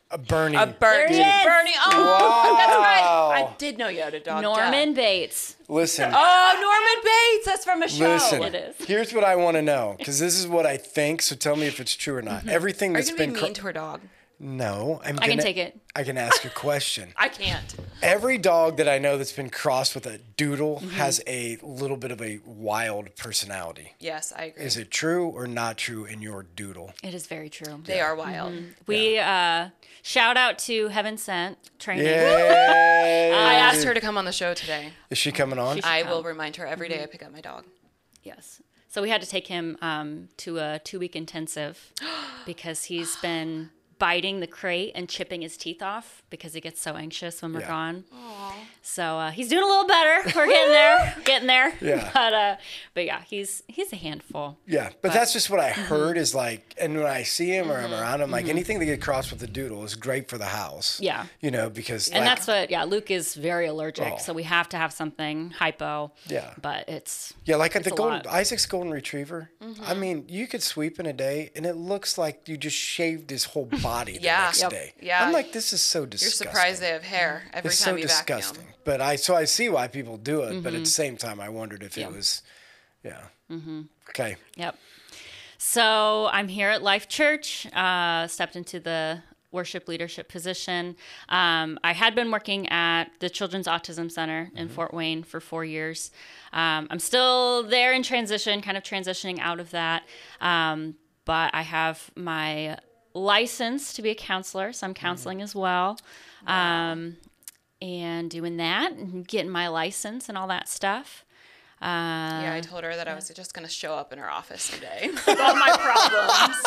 S2: A Bernie.
S3: A Bernie.
S4: There it is.
S3: Bernie. Oh, that's right.
S2: Wow.
S3: I did know you had a dog. duh.
S4: Norman Bates.
S2: Listen.
S3: Oh, Norman Bates. That's from a show.
S2: Listen,
S4: It is.
S2: here's what I want to know because this is what I think. So tell me if it's true or not. Everything
S3: Are
S2: that's
S3: you gonna
S2: been
S3: be
S2: cr-
S3: mean to her dog?
S2: no, I'm
S4: I can
S2: gonna-
S4: take it.
S2: I can ask a question.
S3: I can't.
S2: Every dog that I know that's been crossed with a doodle
S4: Mm-hmm.
S2: has a little bit of a wild personality.
S3: Yes, I agree.
S2: Is it true or not true in your doodle?
S4: It is very true.
S3: They are wild.
S4: Mm-hmm. We uh, shout out to Heaven Sent Training.
S2: Yay!
S3: I asked her to come on the show today.
S2: Is she coming on?
S3: I will remind her every
S4: Mm-hmm.
S3: day I pick up my dog.
S4: Yes. So we had to take him um, to a two week intensive because he's been biting the crate and chipping his teeth off because he gets so anxious when we're
S2: Yeah.
S4: gone. So uh, he's doing a little better. We're getting there. getting there.
S2: Yeah.
S4: But uh, but yeah, he's he's a handful.
S2: Yeah, but, that's just what I
S4: Mm-hmm.
S2: heard is like, and when I see him or I'm around him, like anything that get crossed with the doodle is great for the house.
S4: Yeah.
S2: you know because
S4: And
S2: like,
S4: that's what yeah, Luke is very allergic,
S2: Oh.
S4: so we have to have something hypo.
S2: Yeah.
S4: But it's
S2: yeah, like at
S4: it's
S2: the
S4: a
S2: golden
S4: lot.
S2: Isaac's golden retriever. I
S3: Mm-hmm.
S2: mean, you could sweep in a day, and it looks like you just shaved his whole body the
S3: Yeah.
S2: next
S3: Yep.
S2: day.
S3: Yeah.
S2: I'm like, this is so
S3: You're
S2: disgusting. Mm-hmm.
S3: surprised they have hair every
S2: it's
S3: time
S2: so
S3: you
S2: disgusting.
S3: vacuum. Mm-hmm.
S2: But I so I see why people do it, but at the same time, I wondered if
S4: Yeah.
S2: it was, yeah. Okay.
S4: Yep. So I'm here at Life Church, uh, stepped into the worship leadership position. Um, I had been working at the Children's Autism Center in Fort Wayne for four years. Um, I'm still there in transition, kind of transitioning out of that. Um, but I have my license to be a counselor, so I'm counseling as well. Um, and doing that and getting my license and all that stuff.
S3: yeah, I told her that I was just gonna show up in her office someday.
S4: all my problems.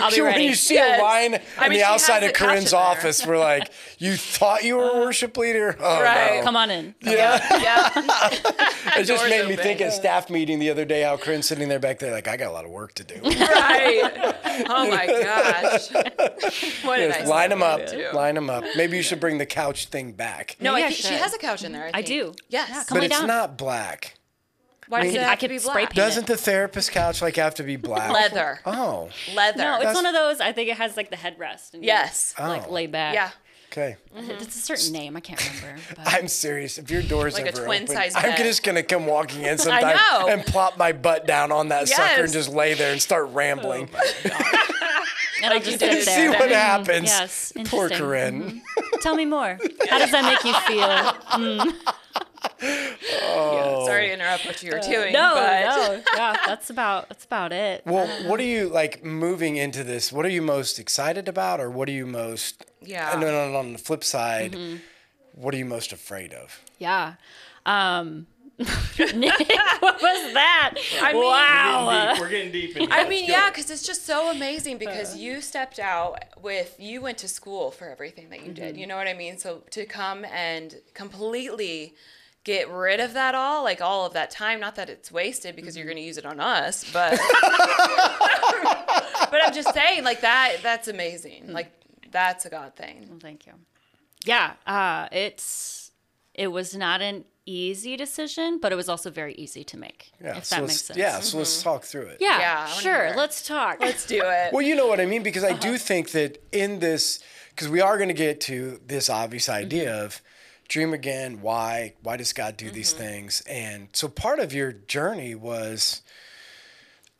S4: I'll be
S2: When
S4: ready.
S2: you see
S3: Yes.
S2: a line on
S3: I mean, she
S2: the outside
S3: has
S2: of
S3: it
S2: Corinne's
S3: captioned there. Uh-huh.
S2: office, we're like, you thought you were a worship leader? Oh,
S3: Right.
S2: no.
S4: Come on in.
S2: Yeah.
S3: yeah,
S2: it just
S3: Doors
S2: made me
S3: open.
S2: think at staff meeting the other day how Corinne's sitting there back there like, I got a lot of work to do.
S3: right. Oh my gosh. What did I
S2: Just line
S3: say
S2: them up.
S3: to?
S2: Line them up. Maybe you should bring the couch thing back.
S3: No,
S4: Maybe
S3: I
S4: I
S3: think she
S4: should.
S3: has a couch in there. I, think.
S4: do.
S3: Yes.
S4: Yeah, come
S2: But
S4: on
S2: it's
S4: down.
S2: not black.
S3: Why does
S2: mean,
S3: it
S2: I
S3: have to
S4: could
S3: be
S4: spray
S3: black?
S4: paint it.
S2: Doesn't the therapist couch like have to be black?
S3: Leather.
S2: Oh,
S3: Leather.
S4: No, it's
S2: That's-
S4: one of those. I think it has like the headrest. And you,
S3: yes.
S4: Like Mm.
S2: Oh.
S4: lay back.
S3: Yeah.
S2: okay.
S4: It's a certain name. I can't remember. But
S2: I'm serious. If your door's
S3: Like a
S2: ever open,
S3: twin-size
S2: I'm
S3: bed.
S2: just gonna come walking in sometime
S3: know.
S2: and plop my butt down on that sucker and
S3: Yes. Oh,
S2: just lay there and start rambling.
S4: and I'll just
S2: and
S4: sit
S2: see
S4: there.
S2: what happens.
S4: Yes.
S2: Poor
S4: interesting. Mm-hmm.
S2: Corinne.
S4: Tell me more. How does that make you feel?
S2: Oh.
S3: Sorry to interrupt what you were doing.
S4: Uh, No,
S3: but
S4: no. Yeah, that's about that's about it.
S2: Well, what are you like moving into this? What are you most excited about, or what are you most? uh,
S3: Yeah.
S2: And then on- on the flip side,
S4: Mm-hmm.
S2: what are you most afraid of?
S4: Yeah. Um Nick, what was that?
S3: I mean-
S4: wow.
S5: We're getting deep. We're getting deep in
S3: uh, I mean, yeah, because it's just so amazing because you stepped out with, you went to school for everything that you did. You know what I mean? So to come and completely get rid of that all, like all of that time, not that it's wasted because you're going to use it on us, but. but I'm just saying, like, that, that's amazing. Like, that's a God thing.
S4: Thank you. Yeah, uh, it's it was not an easy decision, but it was also very easy to make.
S2: Yeah.
S4: if
S2: so
S4: that
S2: let's-
S4: makes sense. Mm-hmm.
S2: Yeah. So let's talk through it.
S4: Yeah.
S3: Yeah, I wanna
S4: sure.
S3: hear.
S4: Let's talk.
S3: Let's do it.
S2: Well, you know what I mean, because I
S4: Uh-huh.
S2: do think that in this, because we are going to get to this obvious
S4: Mm-hmm.
S2: idea of dream again. Why? Why does God do these
S4: Mm-hmm.
S2: things? And so part of your journey was,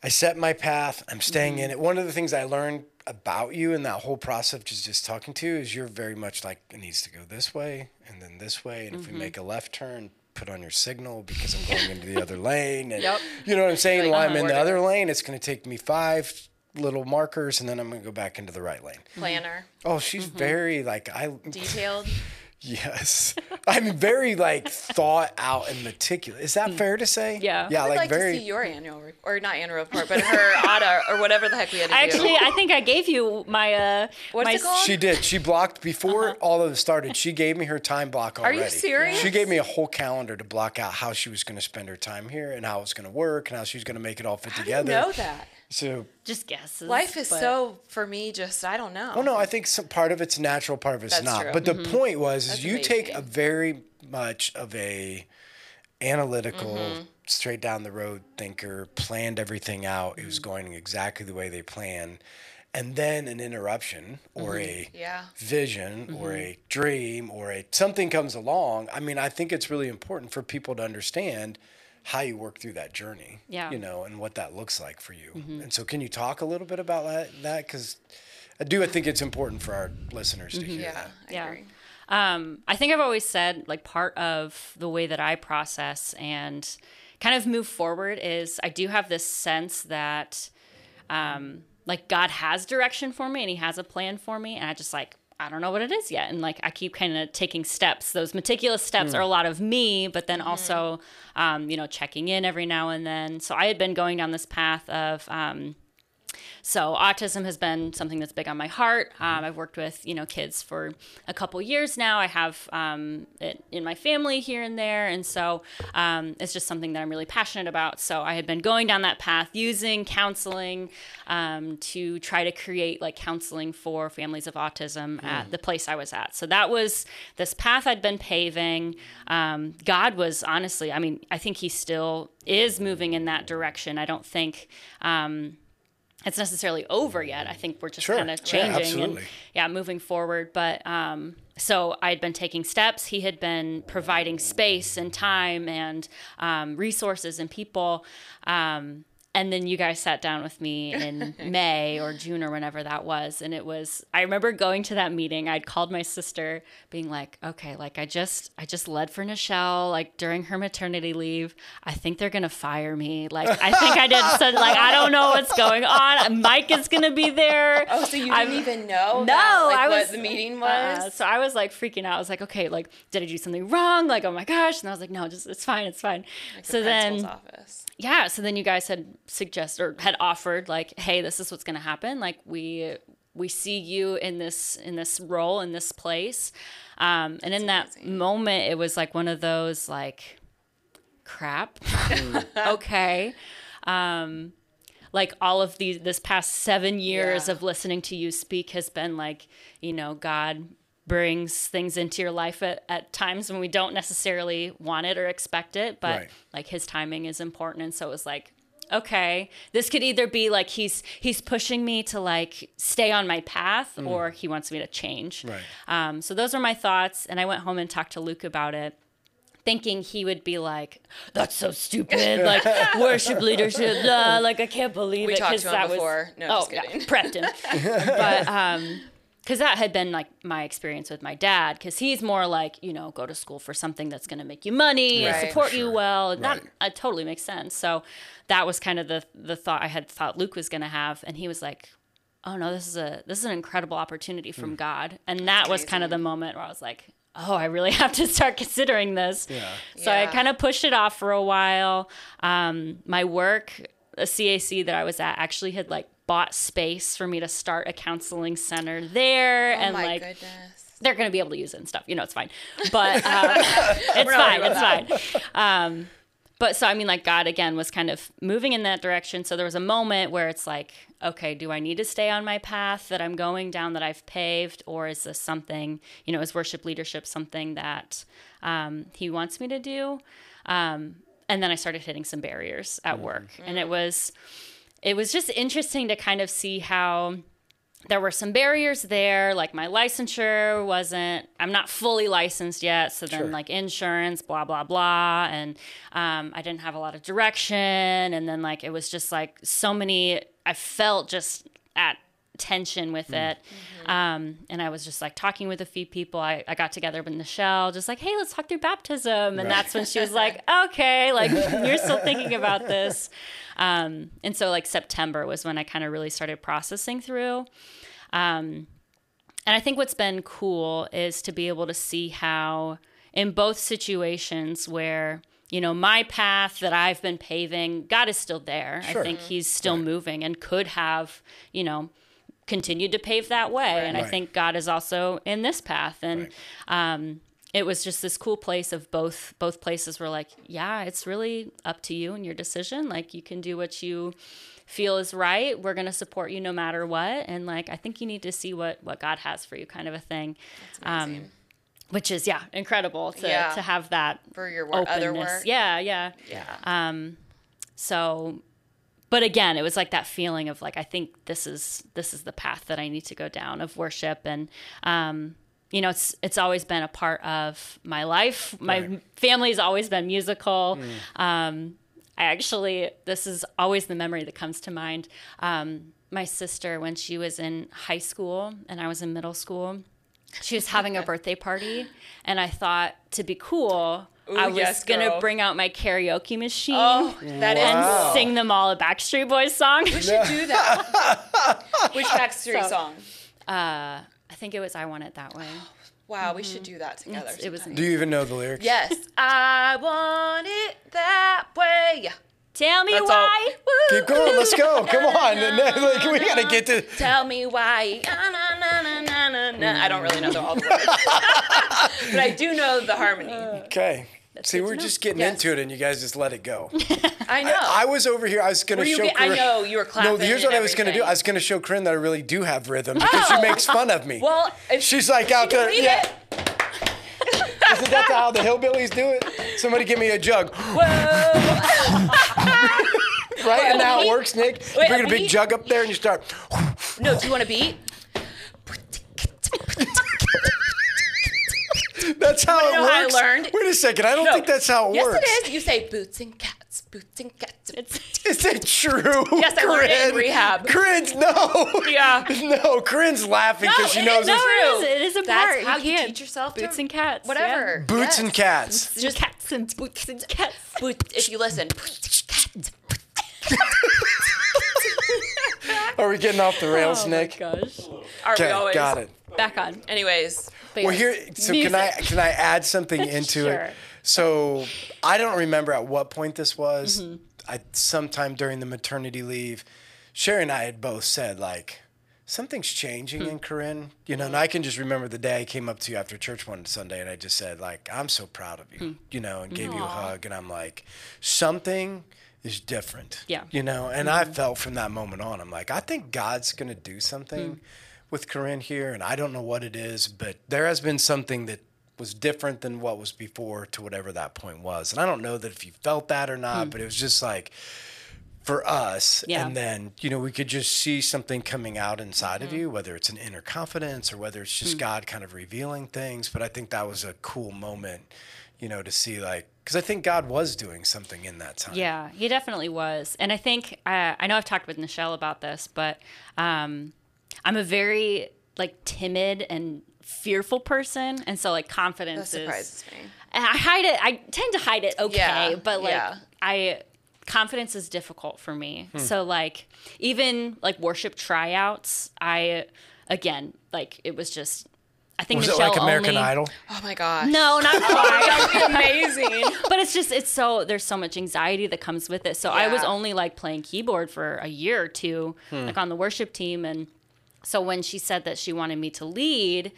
S2: I set my path. I'm staying in it. One of the things I learned about you in that whole process, just just talking to, you, is you're very much like it needs to go this way and then this way, and if we make a left turn. Put on your signal because I'm going into the other lane, and you know what I'm saying. While I'm in
S3: word
S2: the
S3: it.
S2: other lane, it's going to take me five little markers, and then I'm going to go back into the right lane.
S3: Planner,
S2: Oh, she's very like I
S3: detailed.
S2: yes, I'm very like thought out and meticulous. Is that fair to say?
S4: Yeah.
S2: yeah,
S3: I'd like,
S2: like, very.
S3: to see your annual re- or not annual report, but her auto or whatever the heck we had to
S4: I
S3: do.
S4: actually I think I gave you my uh
S3: What's
S4: my
S3: it called?
S2: She did. She blocked before all of this started. She gave me her time block already.
S3: Uh-huh. you serious?
S2: She gave me a whole calendar to block out how she was going to spend her time here and how it was going to work and how she was going to make it all fit
S3: How do you
S2: together.
S3: know that?
S2: So,
S4: just guesses.
S3: Life is
S4: but-
S3: so for me. Just I don't know.
S2: well, no, I think some part of it's natural, part of it's
S3: That's
S2: not.
S3: true. Mm-hmm.
S2: But the point was, is
S3: That's
S2: you take a
S3: amazing.
S2: very much of a analytical,
S3: Mm-hmm.
S2: straight down the road thinker, planned everything out. It was
S3: Mm-hmm.
S2: going exactly the way they planned. And then an interruption or a
S3: Yeah.
S2: vision or
S3: Mm-hmm.
S2: a dream or a something comes along i mean i think it's really important for people to understand how you work through that journey
S4: Yeah.
S2: you know and what that looks like for you
S3: Mm-hmm.
S2: and so can you talk a little bit about that that because i do i think it's important for our listeners to hear
S3: Mm-hmm. Yeah,
S2: that
S3: I
S4: Yeah.
S3: agree.
S4: um, I think I've always said like part of the way that I process and kind of move forward is I do have this sense that um, like God has direction for me and He has a plan for me, and I just like I don't know what it is yet, and like I keep kind of taking steps. Those meticulous steps are a lot of me, but
S3: Mm-hmm.
S4: then also um, you know checking in every now and then. So I had been going down this path of. Um, so autism has been something that's big on my heart. Um, I've worked with you know kids for a couple years now. I have um, it in my family here and there, and so um, it's just something that I'm really passionate about. So I had been going down that path, using counseling um, to try to create like counseling for families of autism at the place I was at. So that was this path I'd been paving. Um, God was honestly, I mean, I think He still is moving in that direction. I don't think. Um, it's necessarily over yet. I think we're just
S2: Sure.
S4: kind of
S2: Yeah,
S4: changing and
S2: absolutely.
S4: yeah, moving forward. But um, so I had been taking steps. He had been providing space and time and um, resources and people. Um, And then you guys sat down with me in May or June or whenever that was. And it was, I remember going to that meeting. I'd called my sister, being like, okay, like I just, I just led for Nichelle, like during her maternity leave. I think they're going to fire me. Like, I think I did, so, like, I don't know what's going on. Mike is going to be there.
S3: Oh, so you
S4: I'm-
S3: didn't even know?
S4: No,
S3: that, like,
S4: I
S3: what
S4: was
S3: the meeting was. Uh-uh.
S4: uh, so I was like freaking out. I was like, okay, like, did I do something wrong? Like, oh my gosh. And I was like, no, just it's fine, it's fine. so
S3: Principal's
S4: then,
S3: office.
S4: yeah. So then you guys had suggested or had offered like, hey, this is what's gonna happen. Like, we we see you in this in this role in this place. Um, and in that moment, it was like one of those like, crap. okay. Um, like all of these this past seven years
S3: Yeah.
S4: of listening to you speak has been like you know god brings things into your life at, at times when we don't necessarily want it or expect it but
S2: Right.
S4: like his timing is important and so it was like okay this could either be like he's he's pushing me to like stay on my path or he wants me to change
S2: Right.
S3: Uh,
S4: um, so those are my thoughts and i went home and talked to luke about it thinking he would be like, "That's so stupid!" Like worship leadership, blah. Like I can't believe
S3: We
S4: it.
S3: talked
S4: 'cause
S3: to him
S4: that
S3: before.
S4: Was,
S3: No,
S4: oh,
S3: just
S4: yeah,
S3: kidding.
S4: prepped him, but um, because that had been like my experience with my dad, because he's more like you know go to school for something that's going to make you money and
S3: Right.
S4: support you well. That
S2: Right.
S4: uh, totally makes sense. So that was kind of the the thought I had thought Luke was going to have, and he was like. Oh no! This is a this is an incredible opportunity from God, and that was kind of the moment where I was like, "Oh, I really have to start considering this."
S2: Yeah.
S4: So I
S3: Yeah.
S4: kind of pushed it off for a while. Um, my work, a CAC that I was at, actually had like bought space for me to start a counseling center there,
S3: Oh
S4: and
S3: my
S4: like
S3: goodness.
S4: they're going to be able to use it and stuff. You know, it's fine. But um, it's fine. It's fine. Um, but so, I mean, like, God again was kind of moving in that direction. So there was a moment where it's like, okay, do I need to stay on my path that I'm going down that I've paved? Or is this something, you know, is worship leadership something that um, He wants me to do? Um, and then I started hitting some barriers at work. And it was, it was just interesting to kind of see how there were some barriers there like my licensure wasn't i'm not fully licensed yet so then like insurance blah blah blah and um, i didn't have a lot of direction and then like it was just like so many i felt just at tension with it um, and i was just like talking with a few people i, I got together with nichelle just like hey let's talk through baptism and that's when she was like okay like you're still thinking about this um, and so like september was when i kind of really started processing through and I think what's been cool is to be able to see how, in both situations where, you know, my path that I've been paving, God is still there. I think He's still moving and could have, you know, continued to pave that way. And I
S2: Right.
S4: think God is also in this path. And, um, it was just this cool place of both both places were like yeah it's really up to you and your decision like you can do what you feel is right we're going to support you no matter what and like i think you need to see what what god has for you kind of a thing um which is yeah incredible to
S3: Yeah.
S4: to have that
S3: For your wor-
S4: openness
S3: other work.
S4: yeah yeah
S3: Yeah.
S4: so but again it was like that feeling of like i think this is this is the path that i need to go down of worship and um you know it's it's always been a part of my life my
S2: Right.
S4: family's always been musical
S3: Mm.
S4: um i actually this is always the memory that comes to mind um my sister when she was in high school and i was in middle school she was having a birthday party and i thought to be cool i was
S3: yes,
S4: gonna
S3: girl.
S4: bring out my karaoke machine
S3: oh, that is.
S4: and
S2: Wow.
S4: sing them all a Backstreet Boys song.
S3: We should do that. Which Backstreet
S4: So-
S3: song?
S4: I think it was I Want It That Way.
S2: Oh,
S3: Wow, we should do that together.
S4: It's- it was
S2: Do you even know the lyrics?
S3: Yes, I want it that way.
S4: Tell me
S3: That's all.
S4: why.
S2: Keep going. Let's go. Come on. Like, we gotta get to.
S3: Tell me why. Ah, na, na, na, na, na, na. I don't really know the all the words, but I do know the harmony.
S2: Okay. See,
S4: good to
S2: we're
S4: know.
S2: just getting
S3: Yes.
S2: into it, and you guys just let it go.
S3: I know.
S2: I was over here. I was gonna
S3: Were you
S2: show.
S3: get- I
S2: Corinne-
S3: know, you were
S2: No,
S3: clapping
S2: here's
S3: and
S2: what I was gonna do.
S3: everything.
S2: I was gonna show Corinne that I really do have rhythm because she makes fun of me.
S3: well, if
S2: She's like out there.
S3: read
S2: Yeah.
S3: it.
S2: Isn't that how the hillbillies do it? Somebody give me a jug.
S3: Whoa.
S2: Right? And how it
S3: beat?
S2: works, Nick?
S3: Wait,
S2: Bring
S3: a
S2: a big
S3: beat?
S2: jug up there and you start.
S3: No, do you want to beat?
S2: That's how
S3: know how I
S2: it works.
S3: learned?
S2: Wait a second. I don't
S3: No.
S2: think that's how it
S3: yes,
S2: works.
S3: it is. You say boots and cats. boots and cats.
S4: It's
S2: Is it true?
S3: Yes, I learned it in
S2: Corinne?
S3: rehab.
S2: Corinne, no.
S3: Yeah.
S2: No, Corinne's laughing because she knows
S4: no,
S2: it's
S4: it is. It is a
S3: That's
S4: part.
S3: how
S4: you,
S3: you
S4: can't.
S3: teach yourself to-
S4: boots and cats.
S3: Whatever.
S2: boots and
S3: Yes.
S2: cats.
S4: Yeah. Just cats and boots and cats.
S3: Boot, if you listen, boots and cats.
S2: Are we getting off the rails,
S4: oh
S2: Nick?
S4: my gosh.
S3: Are we
S2: Okay,
S3: always?
S2: got it.
S4: Back on.
S3: Anyways,
S2: Well, here, so can I can I add something into
S4: Sure.
S2: it? So I don't remember at what point this was. I sometime during the maternity leave, Sherry and I had both said like something's changing
S4: Hmm.
S2: in Corinne. You know, and I can just remember the day I came up to you after church one Sunday and I just said like I'm so proud of you,
S4: Hmm.
S2: you know, and gave you a hug and I'm like something is different.
S4: Yeah. Mm-hmm.
S2: You know, and I felt from that moment on, I'm like, I think God's going to do something
S4: Hmm.
S2: with Corinne here. And I don't know what it is, but there has been something that was different than what was before to whatever that point was. And I don't know that if you felt that or not, but it was just like, for us
S4: Hmm. Yeah.
S2: and then you know we could just see something coming out inside
S4: Mm-hmm.
S2: of you whether it's an inner confidence or whether it's
S4: Mm.
S2: just god kind of revealing things but i think that was a cool moment you know to see like because i think god was doing something in that time
S4: Yeah, he definitely was. And I think uh, I know I've talked with Nichelle about this, but um, I'm a very like timid and fearful person, and so like confidence
S3: that
S4: is.
S3: surprises me.
S4: And I hide it. I tend to hide it. Okay,
S3: Yeah,
S4: but like
S3: yeah.
S4: I confidence is difficult for me.
S2: Hmm.
S4: So like even like worship tryouts, I again like it was just. I think
S2: was
S4: Nichelle
S2: it like american
S4: only,
S2: idol
S3: Oh my gosh. Oh
S4: No, not quite.
S3: amazing.
S4: but it's just it's so there's so much anxiety that comes with it. So I was
S3: Yeah. Hmm.
S4: only like playing keyboard for a year or two, like on the worship team, and so when she said that she wanted me to lead,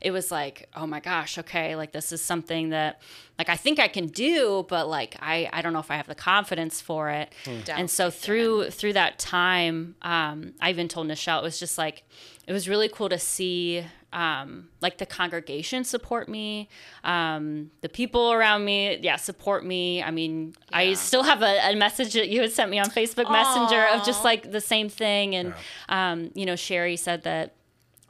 S4: it was like, oh my gosh, okay, like this is something that like I think I can do, but like I I don't know if I have the confidence for it.
S3: Hmm.
S4: And so through through that time, um, I even told Nichelle it was just like it was really cool to see um, like the congregation support me, um, the people around me, yeah, support me. I mean, I still have a, a message that you had sent me on Facebook Messenger of just like the same thing. And, um, you know, Sherry said that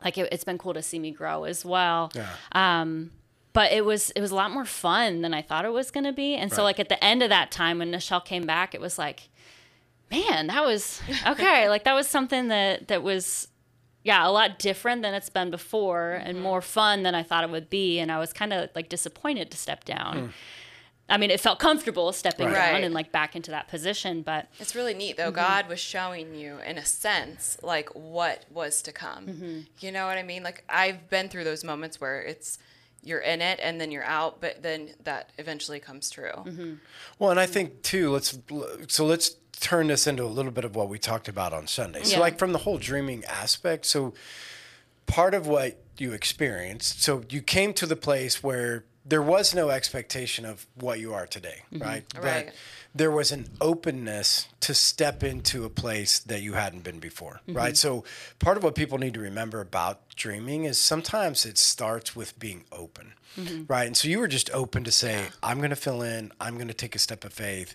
S4: like it, it's been cool to see me grow as well Um,
S2: yeah
S4: but it was it was a lot more fun than I thought it was going to be. And so like at the end of that time when Nichelle came back, it was like, man, that was okay. like that was something that that was yeah a lot different than it's been before
S2: Mm-hmm.
S4: and more fun than I thought it would be. And I was kind of like disappointed to step down. I mean, it felt comfortable stepping
S2: Hmm. Right.
S4: down
S3: Right.
S4: and like back into that position, but
S3: It's really neat though. God was showing you, in a sense, like what was to come. You know what I mean? Like I've been through those moments where it's you're in it and then you're out, but then that eventually comes true.
S2: Well, and I think too, let's so let's turn this into a little bit of what we talked about on Sunday. So
S4: Yeah.
S2: like from the whole dreaming aspect, so part of what you experienced, so you came to the place where there was no expectation of what you are today,
S4: Mm-hmm.
S2: right?
S3: Right.
S2: But there was an openness to step into a place that you hadn't been before, right? So part of what people need to remember about dreaming is sometimes it starts with being open. Right. And so you were just open to say, I'm going to fill in, I'm going to take a step of faith.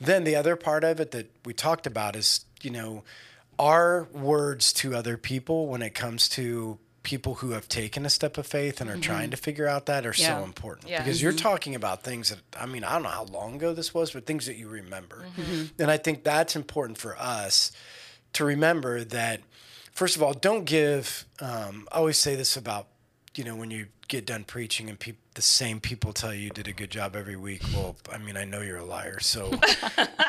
S2: Then the other part of it that we talked about is, you know, our words to other people when it comes to people who have taken a step of faith and are trying to figure out that are so
S4: Yeah.
S2: important
S3: Yeah.
S2: because you're talking about things that I mean I don't know how long ago this was but things that you remember and I think that's important for us to remember that first of all don't give um, I always say this about you know when you get done preaching and peop the same people tell you you did a good job every week well I mean I know you're a liar so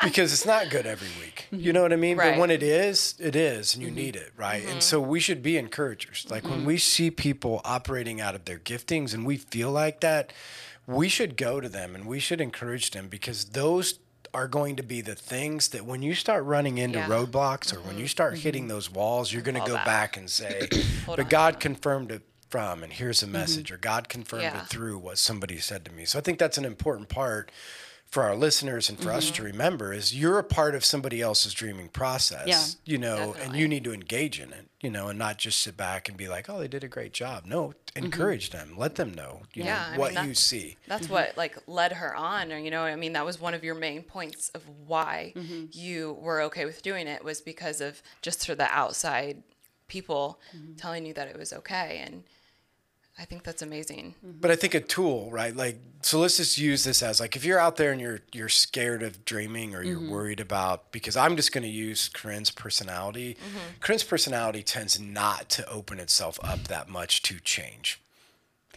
S2: because it's not good every week. You know what I mean? But
S3: Right.
S2: when it is, it is, and you
S3: Mm-hmm.
S2: need it, right? And so we should be encouragers. Like when we see people operating out of their giftings and we feel like that, we should go to them and we should encourage them because those are going to be the things that when you start running into
S3: Yeah. Mm-hmm.
S2: roadblocks or when you start hitting those walls, you're going to go
S3: back.
S2: back and say,
S3: Hold on.
S2: but
S3: Mm-hmm.
S2: God confirmed it from, and here's a message, or God confirmed
S3: Yeah.
S2: it through what somebody said to me. So I think that's an important part for our listeners and for
S3: Mm-hmm.
S2: us to remember is you're a part of somebody else's dreaming process,
S4: Yeah,
S2: you know, and you need to engage in it, you know, and not just sit back and be like, oh, they did a great job. No, encourage them, let them know, you
S3: Mm-hmm. Yeah, I
S2: know,
S3: mean,
S2: what
S3: that-
S2: you see.
S3: That's what like led her on, or you know, I mean, that was one of your main points of why
S2: Mm-hmm.
S3: you were okay with doing it was because of
S2: Mm-hmm.
S3: just for the outside people telling you that it was okay, and I think that's amazing.
S2: But I think a tool, right? Like, so let's just use this as like if you're out there and you're you're scared of dreaming or you're worried about because I'm just going to use Corinne's personality. Corinne's personality tends not to open itself up that much to change.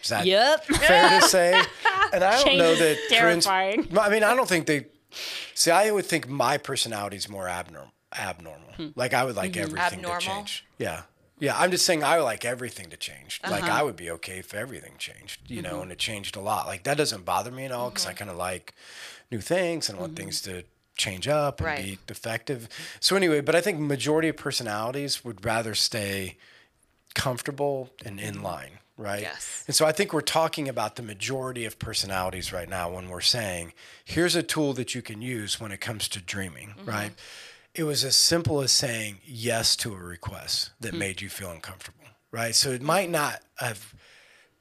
S2: Is that
S4: Yep.
S2: fair to say? And I don't
S4: Change
S2: know
S4: is
S2: that Corinne's.
S4: terrifying.
S2: I mean, I don't think they. See, I would think my personality is more abnormal. Abnormal.
S4: Hmm.
S2: Like I would like
S4: Mm-hmm.
S2: everything to
S3: Abnormal?
S2: change. Yeah. Yeah, I'm just saying I would like everything to change.
S4: Uh-huh.
S2: Like I would be okay if everything changed, you
S4: Mm-hmm.
S2: know, and it changed a lot. Like that doesn't bother me at all because I kind of like new things and
S4: Mm-hmm.
S2: want things to change up and
S3: Right.
S2: be effective. So anyway, but I think majority of personalities would rather stay comfortable and in line, right?
S3: Mm-hmm. Yes.
S2: And so I think we're talking about the majority of personalities right now when we're saying, here's a tool that you can use when it comes to dreaming,
S3: Mm-hmm.
S2: right? It was as simple as saying yes to a request
S3: Mm-hmm.
S2: that made you feel uncomfortable, right? So it might not have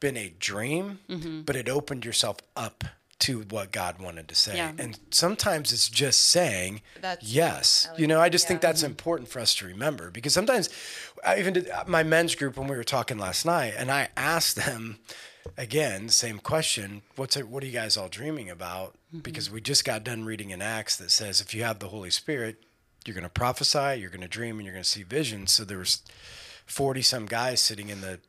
S2: been a dream,
S3: Mm-hmm.
S2: but it opened yourself up to what God wanted to say.
S4: Yeah.
S2: And sometimes it's just saying
S3: That's-
S2: yes. you know, I just think that's important for us to remember because sometimes I even did uh, my men's group when we were talking last night and I asked them again same question, what's it, what are you guys all dreaming about? Because we just got done reading in Acts that says if you have the Holy Spirit, you're going to prophesy, you're going to dream and you're going to see visions. So there was 40 some guys sitting in the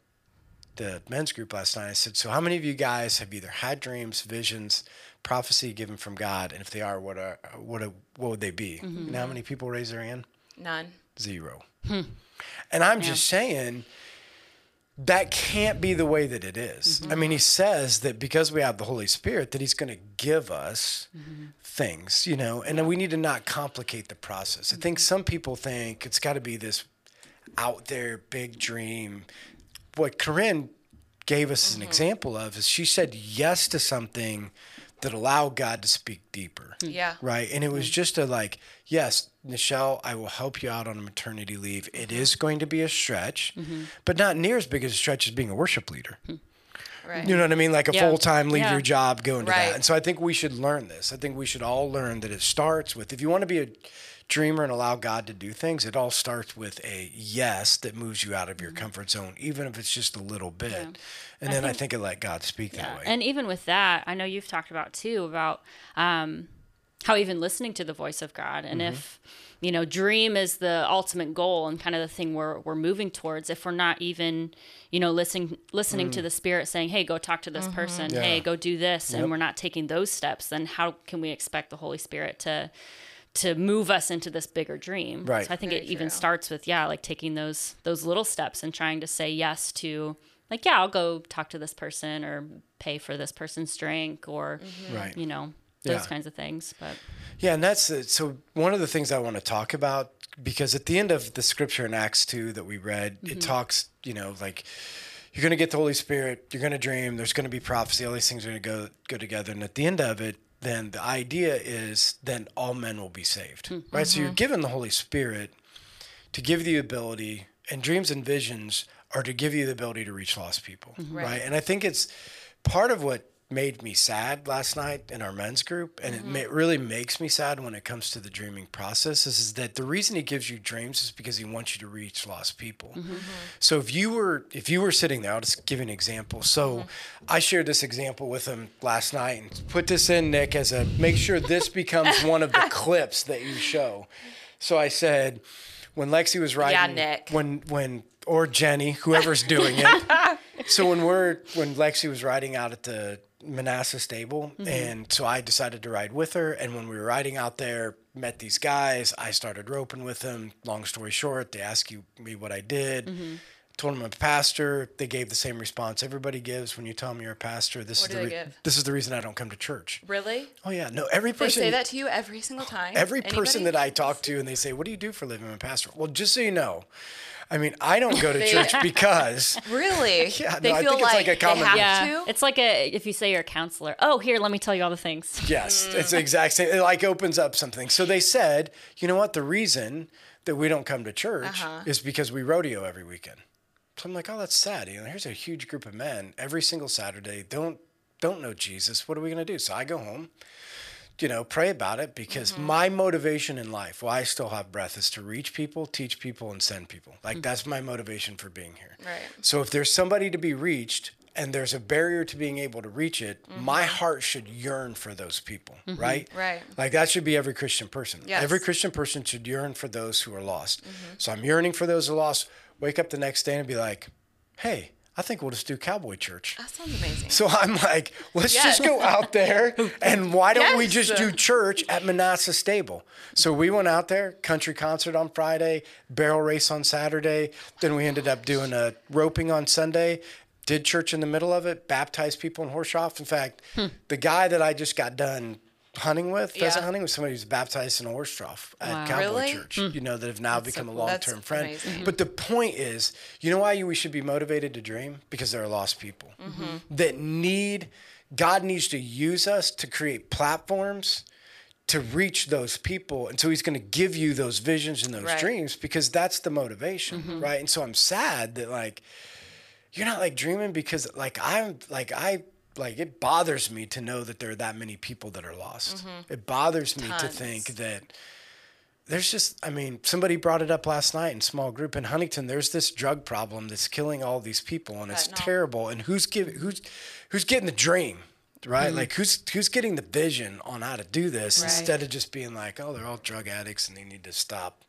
S2: the men's group last night. I said, "So, how many of you guys have either had dreams, visions, prophecy given from God, and if they are, what are what are, what would they be?" And how many people raised their hand?
S3: None.
S2: Zero. And I'm just saying that can't be the way that it is. I mean, he says that because we have the Holy Spirit, that he's going to give us things, you know, and we need to not complicate the process. I think some people think it's got to be this out there big dream. What Corinne gave us an example of is she said yes to something that allowed God to speak deeper.
S3: Yeah.
S2: Right. And it was just a like, yes, Nichelle, I will help you out on maternity leave. It is going to be a stretch, but not near as big as a stretch as being a worship leader.
S3: Right.
S2: You know what I mean? Like a
S4: Yeah.
S2: full time leave
S4: Yeah.
S2: your job, go into
S3: Right.
S2: that. And so I think we should learn this. I think we should all learn that it starts with if you want to be a dreamer and allow God to do things, it all starts with a yes that moves you out of your comfort zone, even if it's just a little bit. And then I think it let God speak that way.
S4: And even with that, I know you've talked about too about um, how even listening to the voice of God, and
S2: Mm-hmm.
S4: if you know, dream is the ultimate goal and kind of the thing we're we're moving towards. If we're not even you know listening listening to the Spirit saying, "Hey, go talk to this person,"
S2: Mm. Yeah.
S4: "Hey, go do this," and we're not taking those steps, then how can we expect the Holy Spirit to to move us into this bigger dream?
S2: Right.
S4: So I think it even
S3: true.
S4: starts with yeah, like taking those those little steps and trying to say yes to like yeah, I'll go talk to this person or pay for this person's drink or
S2: Right.
S4: you know those
S2: Yeah.
S4: kinds of things. But
S2: Yeah, and that's the, so one of the things I want to talk about because at the end of the scripture in Acts 2 that we read, it talks, you know, like you're going to get the Holy Spirit, you're going to dream, there's going to be prophecy, all these things are going to go go together and at the end of it, then the idea is then all men will be saved. Right? So you're given the Holy Spirit to give you the ability and dreams and visions are to give you the ability to reach lost people right. and i think it's part of what made me sad last night in our men's group and it ma- it really makes me sad when it comes to the dreaming process is, is that the reason he gives you dreams is because he wants you to reach lost people so if you were if you were sitting there i'll just give you an example so i shared this example with him last night and put this in nick as a make sure this becomes one of the clips that you show so i said when Lexi was riding,
S3: Nick.
S2: when when or Jenny, whoever's doing it. so when we're when Lexi was riding out at the Manassas stable,
S3: Mm-hmm.
S2: and so I decided to ride with her. And when we were riding out there, met these guys. I started roping with them. Long story short, they asked you me what I did.
S3: Mm-hmm.
S2: Told them I'm a pastor. They gave the same response everybody gives when you tell them you're a pastor. This is
S3: do
S2: the
S3: they
S2: re-
S3: give?
S2: this is the reason I don't come to church.
S3: Really?
S2: Oh yeah, no. Every
S3: They
S2: person
S3: say that to you every single time.
S2: Oh, Every person
S3: Anybody?
S2: that I talk to and they say, What do you do for a living? I'm a pastor. Well, just so you know, I mean, I don't go to church because
S3: really
S2: Yeah,
S3: they
S2: no, I
S3: feel
S2: think it's
S3: like,
S2: like a common-
S3: they have
S4: yeah,
S3: to.
S4: it's like a if you say you're a counselor, oh here, let me tell you all the things.
S2: yes, it's the exact same. It like opens up something. So they said, You know what? The reason that we don't come to church is because we rodeo every weekend. So I'm like, Oh, that's sad. You know, here's a huge group of men every single Saturday don't don't know Jesus. What are we gonna do? So I go home. you know, pray about it because my motivation in life, why I still have breath, is to reach people, teach people, and send people. Like that's my motivation for being here.
S3: Right.
S2: So if there's somebody to be reached, and there's a barrier to being able to reach it, my heart should yearn for those people, right?
S3: Mm-hmm. Right.
S2: Like that should be every Christian person.
S3: Yes. Mm-hmm.
S2: Every Christian person should yearn for those who are lost. So I'm yearning for those who are lost. Wake up the next day and be like, hey, I think we'll just do cowboy church.
S3: That sounds amazing.
S2: So I'm like, let's just
S3: Yes.
S2: go out there and why don't we
S3: Yes.
S2: just do church at Manassas Stable? So we went out there, country concert on Friday, barrel race on Saturday. Then we ended up doing a roping on Sunday, did church in the middle of it, baptized people in Horseshoff. In fact, the guy that I just got done hunting with, pheasant
S3: Hmm. Yeah.
S2: hunting, was somebody who's baptized in Horseshoff at
S4: Wow.
S2: Cowboy
S3: Really?
S2: Church, you know, that have now become a
S3: so cool.
S2: long
S3: That's
S2: term friend.
S3: amazing.
S2: But the point is, you know why you- we should be motivated to dream? Because there are lost people
S3: Mm-hmm.
S2: that need, God needs to use us to create platforms to reach those people. And so he's going to give you those visions and those
S3: Right. Mm-hmm.
S2: dreams because that's the motivation, right? And so I'm sad that, like, you're not like dreaming because, like, I'm like, I, like it bothers me to know that there are that many people that are lost. It bothers me to
S3: Mm-hmm. Tons.
S2: think that there's just i mean somebody brought it up last night in small group in huntington there's this drug problem that's killing all these people and it's
S3: Fentanyl.
S2: terrible and who's giving who's who's getting the dream right like who's who's getting the vision on how to do this
S3: Mm-hmm. Right.
S2: instead of just being like oh they're all drug addicts and they need to stop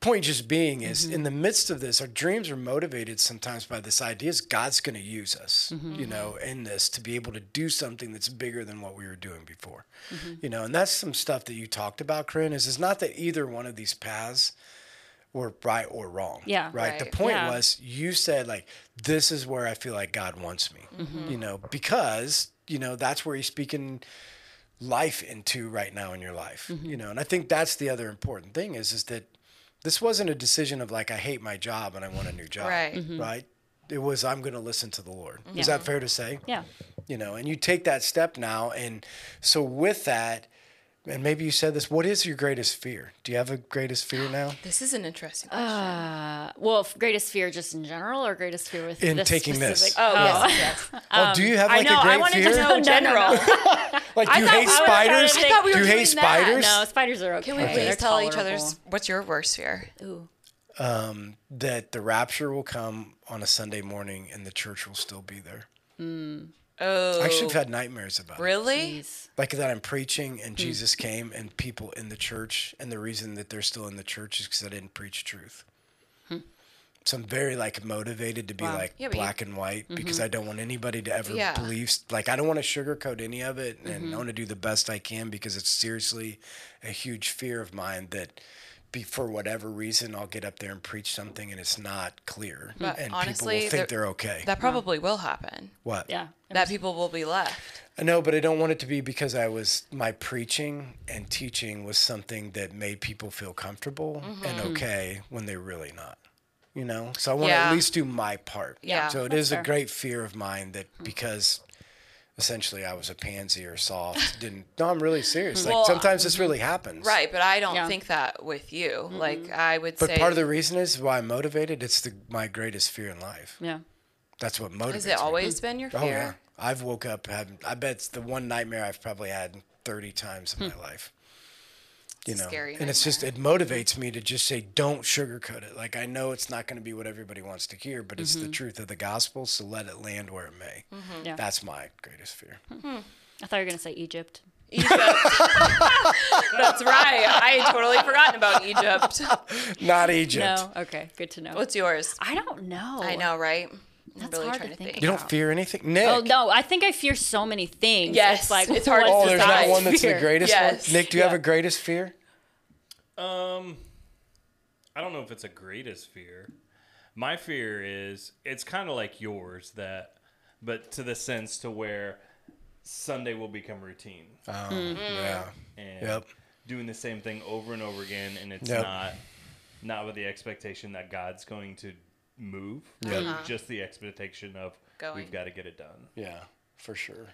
S2: point just being is
S4: Mm-hmm.
S2: in the midst of this our dreams are motivated sometimes by this idea is god's going to use us
S4: Mm-hmm.
S2: you know in this to be able to do something that's bigger than what we were doing before
S4: Mm-hmm.
S2: you know and that's some stuff that you talked about corinne is it's not that either one of these paths were right or wrong
S4: Yeah.
S2: right, the
S3: Right.
S2: point
S4: Yeah.
S2: was you said like this is where i feel like god wants me
S4: Mm-hmm.
S2: you know because you know that's where he's speaking life into right now in your life
S4: Mm-hmm.
S2: you know and i think that's the other important thing is is that this wasn't a decision of like i hate my job and i want a new job
S3: Right.
S2: right it was i'm going to listen to the lord is
S4: Mm-hmm. Yeah.
S2: that fair to say
S4: Yeah.
S2: you know and you take that step now and so with that and maybe you said this what is your greatest fear do you have a greatest fear now
S3: This is an interesting question.
S4: Uh, well, f- greatest fear just in general, or greatest fear with
S2: In
S4: this
S2: taking this.
S4: specific-
S3: oh, yes, yes.
S2: oh do you have
S4: Um, I
S2: like
S4: know.
S2: a great
S4: I wanted
S2: fear
S4: to know in general.
S2: like do you
S4: thought
S2: hate
S4: I was trying to
S2: spiders
S4: think- I thought we
S2: do you
S3: were
S2: hate
S3: doing that.
S2: spiders
S4: no, spiders are okay.
S3: Can we
S4: They're
S3: please tell each
S4: tolerable.
S3: other's what's your worst fear?
S4: Ooh.
S2: that the rapture will come on a sunday morning and the church will still be there
S3: Oh,
S2: I actually have had nightmares about it.
S3: really? Hmm.
S4: Jeez.
S2: Like that I'm preaching and Jesus came and people in the church. And the reason that they're still in the church is because I didn't preach truth. So I'm very like motivated to be like
S3: Hmm. Yeah, but you- Mm-hmm.
S2: black and white because I don't want anybody to ever
S3: Yeah. Mm-hmm.
S2: believe. Like I don't want to sugarcoat any of it, and I want to do the best I can because it's seriously a huge fear of mine that, be for whatever reason, I'll get up there and preach something and it's not clear,
S3: But
S2: and
S3: honestly,
S2: people
S3: there-
S2: will think they're okay.
S3: That probably will happen.
S2: what?
S4: Yeah.
S3: That people will be left.
S2: I know, but I don't want it to be because I was my preaching and teaching was something that made people feel comfortable and
S3: Mm-hmm.
S2: okay when they're really not. You know, so I want to
S3: Yeah.
S2: at least do my part.
S3: Yeah, Mm.
S2: So it is a
S4: fair.
S2: great fear of mine that because essentially I was a pansy or soft, didn't. No, I'm really serious. Like
S3: Mm-hmm. Well,
S2: sometimes this really happens.
S3: Right, but I don't
S4: Yeah.
S3: think that with you. Like I would
S2: But
S3: say,
S2: part of the reason is why I'm motivated. It's the my greatest fear in life.
S4: Yeah.
S2: That's what motivates.
S3: has it
S2: me.
S3: always been your fear?
S2: Oh yeah, I've woke up. Having, I bet it's the one nightmare I've probably had thirty times in my life. You
S3: Hmm. a
S2: know,
S3: scary
S2: and it's just it motivates me to just say, don't sugarcoat it. Like I know it's not going to be what everybody wants to hear, but
S3: Mm-hmm.
S2: it's the truth of the gospel. So let it land where it may.
S4: Yeah.
S2: That's my greatest fear.
S4: I thought you were gonna say Egypt.
S3: Egypt. That's right. I had totally forgotten about Egypt. Mm-hmm.
S2: Not Egypt.
S4: No. Okay. Good to know.
S3: What's yours?
S4: I don't know.
S3: I know, right? I'm
S4: That's
S3: really
S4: hard
S3: trying
S4: to
S3: to
S4: think
S2: You
S3: think.
S2: don't fear anything, Nick.
S4: Oh no! I think I fear so many things.
S3: Yes,
S4: It's like
S3: it's hard
S4: what's
S3: to
S2: Oh,
S4: the
S2: there's not
S4: size
S2: one that's the
S4: fear?
S2: greatest
S3: Yes.
S2: one. Nick, do you have a greatest fear?
S5: Um, I don't know if it's a greatest fear. My fear is it's kind of like yours that, but to the sense to where Sunday will become routine
S2: Oh,
S3: Mm-hmm.
S2: yeah.
S5: and
S2: Yep.
S5: doing the same thing over and over again, and it's
S2: Yep.
S5: not not with the expectation that God's going to move,
S2: Yep.
S5: but just the expectation of
S3: Going.
S5: we've got to get it done.
S2: Yeah, for sure.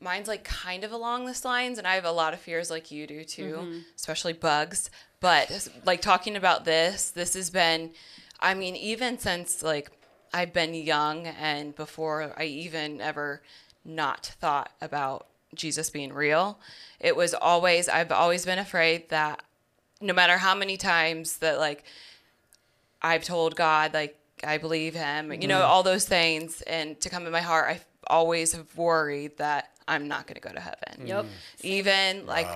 S3: Mine's like kind of along this lines, and I have a lot of fears like you do too, especially bugs. But like talking about this, this has been, I mean, even since like I've been young and before I even ever not thought about Jesus being real, it was always, I've always been afraid that no matter how many times that like I've told God, like, I believe him, you know, all those things. And to come in my heart, I always have worried that I'm not going to go to heaven.
S4: Yep.
S3: Even like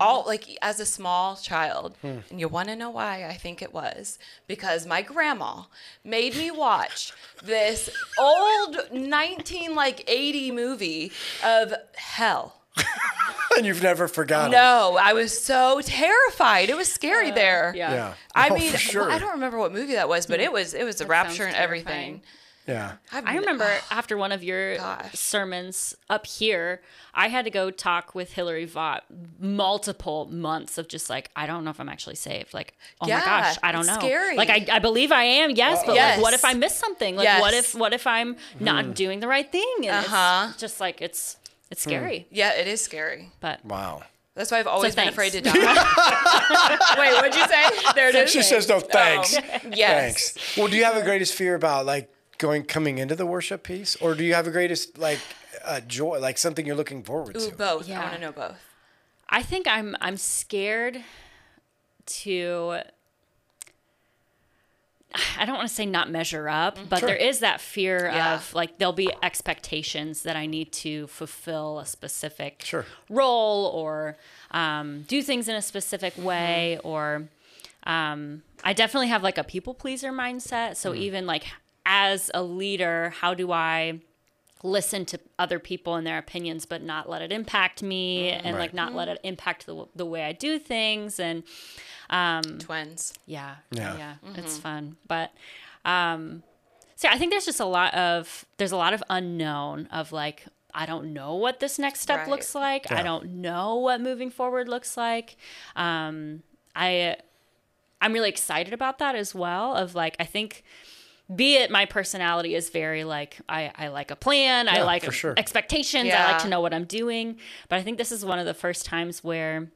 S3: all like as a small child, and you want to know why? I think it was because my grandma made me watch this old 19 like 80 movie of hell.
S2: and you've never forgotten.
S3: No, I was so terrified. It was scary there.
S4: Yeah.
S2: Yeah.
S3: I
S2: Oh,
S3: mean,
S2: for sure.
S3: well, I don't remember what movie that was, but it was it was the rapture
S4: Mm. sounds
S3: and everything.
S4: terrifying.
S2: Yeah.
S3: I've
S4: I
S3: n-
S4: remember after one of your
S3: Gosh.
S4: sermons up here, I had to go talk with Hillary Vaught multiple months of just like, I don't know if I'm actually saved. Like, oh
S3: Yeah,
S4: my gosh, I don't
S3: it's
S4: know.
S3: scary.
S4: Like, I, I believe I am, yes, but
S3: Yes.
S4: like, what if I miss something? Like, what
S3: Yes.
S4: if what if I'm
S2: Hmm.
S4: not doing the right thing? And
S3: Uh-huh.
S4: it's just like it's it's scary,
S2: Hmm.
S3: Yeah, it is scary.
S4: but
S2: Wow.
S3: That's why I've always been
S4: thanks.
S3: afraid to die. Wait, what'd you say? There it is. Oh,
S2: She says no thanks.
S3: Yes.
S2: Thanks. Well, do you have a greatest fear about like going coming into the worship piece, or do you have a greatest like uh, joy, like something you're looking forward
S3: Ooh,
S2: to?
S3: both. I
S4: Yeah.
S3: want to know both.
S4: I think I'm I'm scared to I don't want to say not measure up, but there is that fear
S3: Yeah.
S4: of like there'll be expectations that I need to fulfill a specific
S2: Sure.
S4: role or um, do things in a specific way or um, I definitely have like a people pleaser mindset. So even like as a leader, how do I listen to other people and their opinions, but not let it impact me and like not let it impact the the way I do things and Mm.
S3: Twins.
S4: yeah,
S2: Yeah.
S4: yeah, it's
S3: Mm-hmm.
S4: fun. But um, so I think there's just a lot of there's a lot of unknown of like I don't know what this next step
S3: Right.
S4: looks like. I don't know what moving forward looks like. Um, I I'm really excited about that as well. Of like I think. Be it my personality is very like I, I like a plan, I
S2: Yeah,
S4: like
S2: for sure.
S4: expectations, I
S3: Yeah.
S4: like to know what I'm doing. But I think this is one of the first times where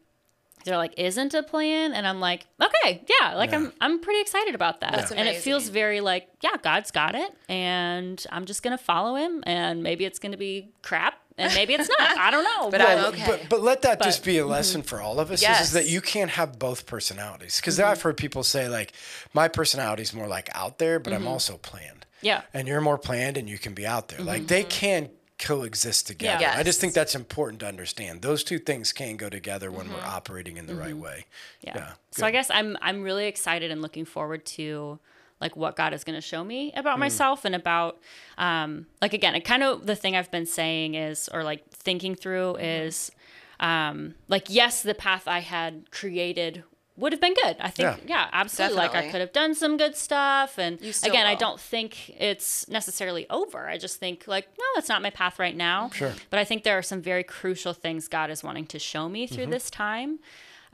S4: they're like isn't a plan and i'm like okay yeah like i'm i'm pretty excited about that
S3: That's
S4: and it feels
S3: amazing.
S4: very like yeah god's got it and i'm just gonna follow him and maybe it's gonna be crap and maybe it's not i don't know but
S3: I
S2: Well,
S3: don't- okay.
S2: But, but let that just be a lesson for all of us is- is,
S3: Yes.
S2: that you can't have both personalities. Because I've heard people say, like, my personality is more like out there, but I'm also planned.
S4: Yeah.
S2: And you're more planned and you can be out there. Like, they can coexist together.
S4: Yeah.
S2: I just think
S3: Yes.
S2: that's important to understand. Those two things can go together when we're operating in the right way.
S4: yeah. so i
S2: good.
S4: guess i'm i'm really excited and looking forward to like what god is going to show me about myself and about um like again it kind of the thing i've been saying is or like thinking through is um like yes the path i had created would have been good i think
S2: Yeah.
S4: yeah, absolutely like i
S3: Definitely.
S4: could have done some good stuff and
S3: still
S4: again i
S3: will.
S4: don't think it's necessarily over i just think like no that's not my path right now sure but i think there are some very crucial things god is wanting to show me through this time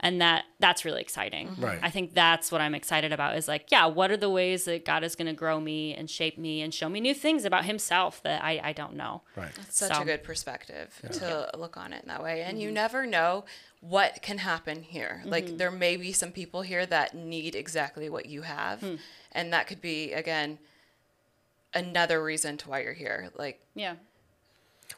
S4: and that that's really exciting
S2: Mm-hmm. Right.
S4: i think that's what i'm excited about is like yeah what are the ways that god is going to grow me and shape me and show me new things about himself that i, I don't know
S2: Right.
S3: Such
S4: So-
S3: a good perspective to look on it in that way. And
S4: Mm-hmm.
S3: you never know what can happen here. Like there may be some people here that need exactly what you have.
S4: Mm.
S3: And that could be again another reason to why you're here. Like
S4: yeah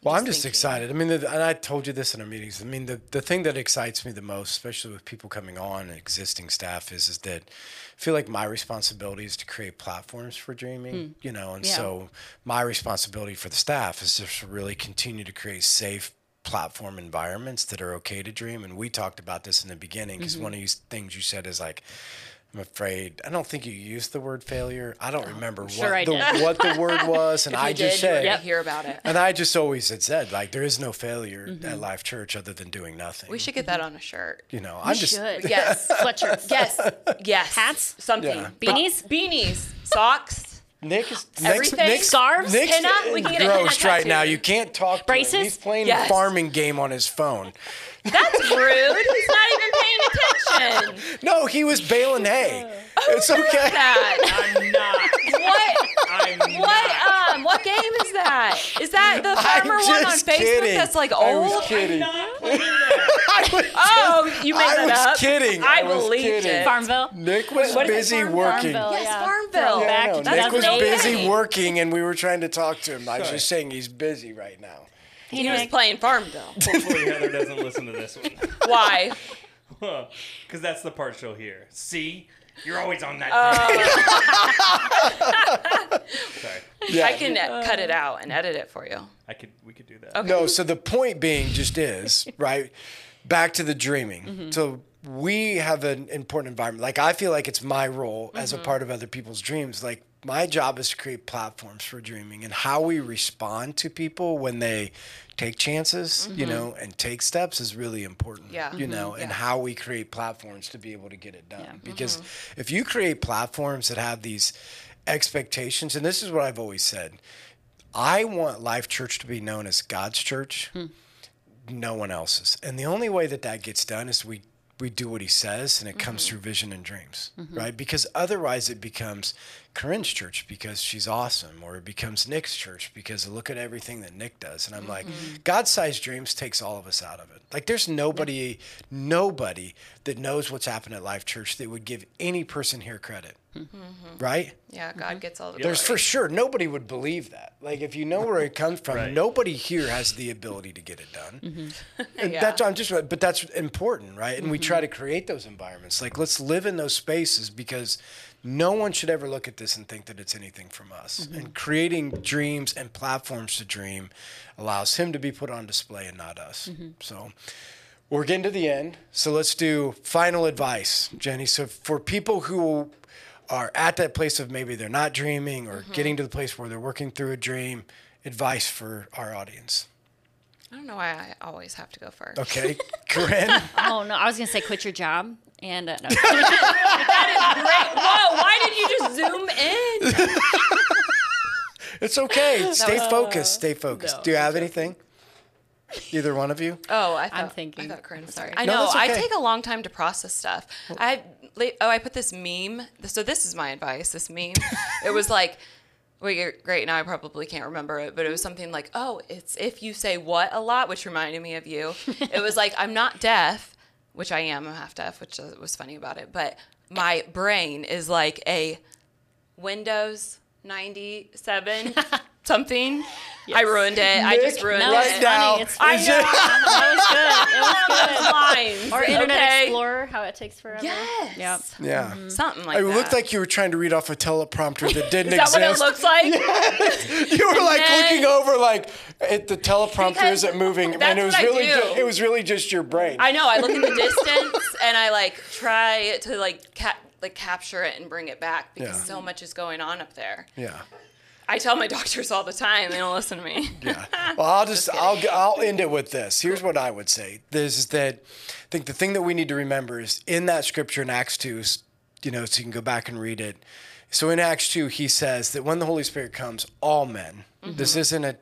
S2: Well, I'm
S3: just
S2: just
S3: thinking.
S2: excited. I mean, the, and I told you this in our meetings. I mean, the, the thing that excites me the most, especially with people coming on and existing staff, is is that I feel like my responsibility is to create platforms for dreaming,
S3: Hmm.
S2: you know, and
S4: Yeah.
S2: so my responsibility for the staff is just to really continue to create safe platform environments that are okay to dream. And we talked about this in the beginning because
S3: Mm-hmm.
S2: one of these things you said is like, I'm afraid. I don't think you used the word failure. I
S3: Oh,
S2: don't remember
S4: sure
S2: what,
S4: I
S2: the,
S4: did.
S2: what the word was, and
S3: if you
S2: I just
S3: did, you
S2: said,
S3: would hear about it.
S2: and I just always had said, like, there is no failure at Life Church other than doing nothing.
S3: Mm-hmm. We should get that on a shirt.
S2: you know, I'm just.
S4: should
S3: Yes.
S4: sweatshirts
S3: Yes. Yes.
S4: Hats?
S3: Something.
S2: Yeah.
S4: beanies
S3: Beanies. Socks.
S2: Nick is. Nick's,
S3: Everything?
S2: Nick's,
S4: Scarves?
S2: Nick's
S3: Pinup? We can get a
S2: gross
S3: pinup
S2: right now.
S3: tattoo.
S2: You can't talk. to him.
S4: Braces?
S2: He's playing
S3: Yes.
S2: a farming game on his phone.
S3: That's rude. He's not even paying attention.
S2: No, he was baling hay. it's okay.
S3: Oh, That.
S5: I'm not.
S3: What?
S5: I'm not.
S3: What um what game is that? Is that the
S2: I'm
S3: farmer one on
S2: just
S3: Facebook
S2: kidding.
S3: that's like
S2: I was
S3: old?
S2: kidding.
S5: Not putting that.
S2: I was,
S3: Oh, you made
S2: I
S3: that
S2: was
S3: up.
S2: kidding.
S3: I,
S2: I was
S3: believed
S2: kidding.
S3: it.
S4: farmville
S2: Nick was
S4: What is it,
S2: busy
S4: Farm-
S2: working.
S4: Farmville,
S3: Yes,
S4: yeah.
S3: Farmville.
S4: Throwback
S2: Yeah, I
S4: to
S2: know. Nick
S4: 2008.
S2: was busy
S3: okay.
S2: working, and we were trying to talk to him. I was
S5: Sorry.
S2: just saying he's busy right now.
S3: He was playing Farmville.
S5: Hopefully Heather doesn't listen to this one.
S3: Why?
S5: Because that's the part she'll hear. See? You're always on that. thing." Sorry,
S2: Yeah.
S3: I can uh, cut it out and edit it for you.
S5: I could. We could do that.
S2: No, so the point being just is, right? Back to the dreaming.
S3: Mm-hmm.
S2: So we have an important environment. Like I feel like it's my role as a
S3: Mm-hmm.
S2: part of other people's dreams. Like my job is to create platforms for dreaming and how we respond to people when they take chances, you know, and take steps is really important.
S3: Mm-hmm. Yeah.
S2: You know, and how we create platforms to be able to get it done. Because
S3: Mm-hmm.
S2: if you create platforms that have these expectations, and this is what I've always said, I want Life Church to be known as God's church, no one else's. And the only way that that gets done is we we do what He says, and it comes through vision and dreams, right? Because otherwise, it becomes Corinne's church because she's awesome, or it becomes Nick's church because look at everything that Nick does. And I'm like, God-sized dreams takes all of us out of it. Like, there's nobody, nobody that knows what's happened at Life Church that would give any person here credit, right?
S3: Yeah, God gets all the
S2: mm-hmm. There's for
S3: glory.
S2: sure nobody would believe that. Like if you know where it comes from,
S5: Right.
S2: nobody here has the ability to get it done. And
S3: Yeah.
S2: that's I'm just but that's important, right? And we try to create those environments. Like let's live in those spaces because no one should ever look at this and think that it's anything from us. And creating dreams and platforms to dream allows him to be put on display and not us. So we're getting to the end, so let's do final advice, Jenny. So for people who are at that place of maybe they're not dreaming or getting to the place where they're working through a dream, advice for our audience.
S3: I don't know why I always have to go first.
S2: Okay, Corinne.
S4: Oh no, I was gonna say quit your job and uh, no.
S3: Oh,
S4: Whoa, why did you just zoom in?
S2: It's okay. Stay focused. Stay focused.
S4: no,
S2: Do you have anything? Either one of you?
S3: Oh, I thought,
S4: I'm thinking.
S3: I thought Corinne. Sorry, I
S2: No,
S3: know.
S2: that's
S3: I
S2: okay.
S3: take a long time to process stuff. I la- oh, I put this meme. So this is my advice. This meme. it was like, wait, you're great. Now I probably can't remember it, but it was something like, oh, it's if you say what a lot, which reminded me of you. it was like I'm not deaf, which I am. I'm half deaf, which uh, was funny about it. But my brain is like a Windows 97 something. I ruined it. I just ruined
S4: No,
S3: it.
S2: Right
S4: it's
S2: now,
S4: funny. It's
S2: I
S4: funny.
S2: just-
S4: that was good. It was good.
S3: lines.
S4: Or Internet
S3: okay?
S4: Explorer, how it takes forever.
S3: Yes.
S4: Yeah.
S2: Yeah.
S3: Mm-hmm. Something like
S2: It
S3: that.
S2: looked like you were trying to read off a teleprompter that didn't
S3: Is that what it
S2: exist.
S3: looks like?
S2: you were like
S3: then-
S2: looking over, like at the teleprompter
S3: Because
S2: isn't moving, and
S3: that's
S2: it was
S3: what I
S2: really,
S3: do.
S2: ju- it was really just your brain.
S3: I know. I look in the distance and I like try to like cap like capture it and bring it back because
S2: Yeah.
S3: so much is going on up there.
S2: yeah.
S3: I tell my doctors all the time, they don't listen to me.
S2: Well, I'll just, I'll g- I'll I'll end it with this. Here's what I would say. This is that I think the thing that we need to remember is in that scripture in Acts 2, is, you know, so you can go back and read it. So in Acts 2, he says that when the Holy Spirit comes, all men, this isn't a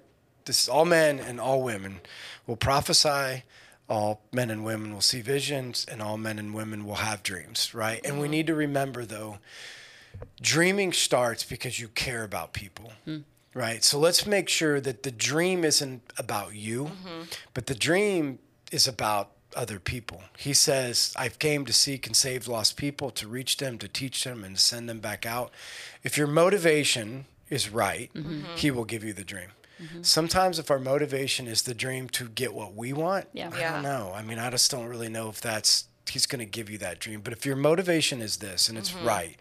S2: this all men and all women will prophesy, all men and women will see visions, and all men and women will have dreams, right? And we need to remember though dreaming starts because you care about people. Right. So let's make sure that the dream isn't about you, but the dream is about other people. He says, I've came to seek and save lost people, to reach them, to teach them, and to send them back out. If your motivation is right, he will give you the dream. Sometimes, if our motivation is the dream to get what we want,
S4: Yeah.
S2: I don't
S3: Yeah.
S2: know. I mean, I just don't really know if that's, he's going to give you that dream. But if your motivation is this and it's right,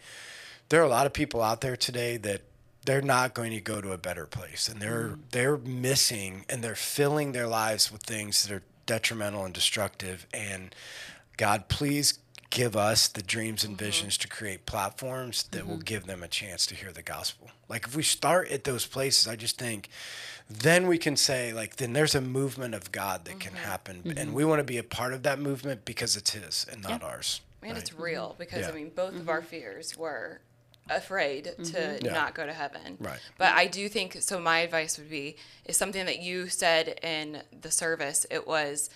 S2: there are a lot of people out there today that they're not going to go to a better place and they're
S3: Mm.
S2: they're missing and they're filling their lives with things that are detrimental and destructive and god please give us the dreams
S3: Mm-hmm.
S2: and visions to create platforms that will give them a chance to hear the gospel like if we start at those places i just think then we can say like then there's a movement of god that can
S3: Mm-hmm.
S2: happen and we want to be a part of that movement because it's his and not ours
S3: And it's real because
S2: Yeah.
S3: I mean both of our fears were afraid to
S2: Yeah.
S3: not go to heaven.
S2: Right.
S3: But I do think so my advice would be is something that you said in the service. It was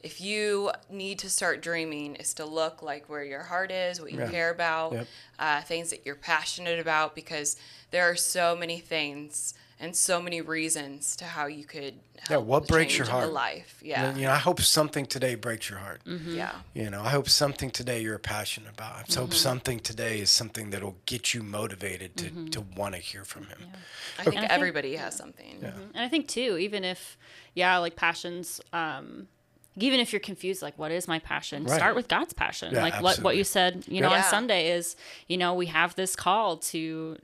S3: if you need to start dreaming is to look like where your heart is, what you care about,
S2: Yep.
S3: uh, things that you're passionate about because there are so many things and so many reasons to how you could help
S2: what breaks your
S3: change
S2: heart?
S3: a life. Yeah.
S2: And, you know i hope something today breaks your heart
S3: Yeah.
S2: You know, I hope something today you're passionate about. I
S4: Mm-hmm.
S2: hope something today is something that'll get you motivated to,
S4: Mm-hmm.
S2: to want to hear from him.
S3: I think
S4: I think-
S3: everybody has something.
S4: And I think too, even if yeah, like passions um even if you're confused, like what is my passion?
S2: Right.
S4: Start with God's passion.
S2: Yeah,
S4: like what what
S2: absolutely.
S4: you said, you know,
S3: Yeah.
S4: on Sunday is, you know, we have this call to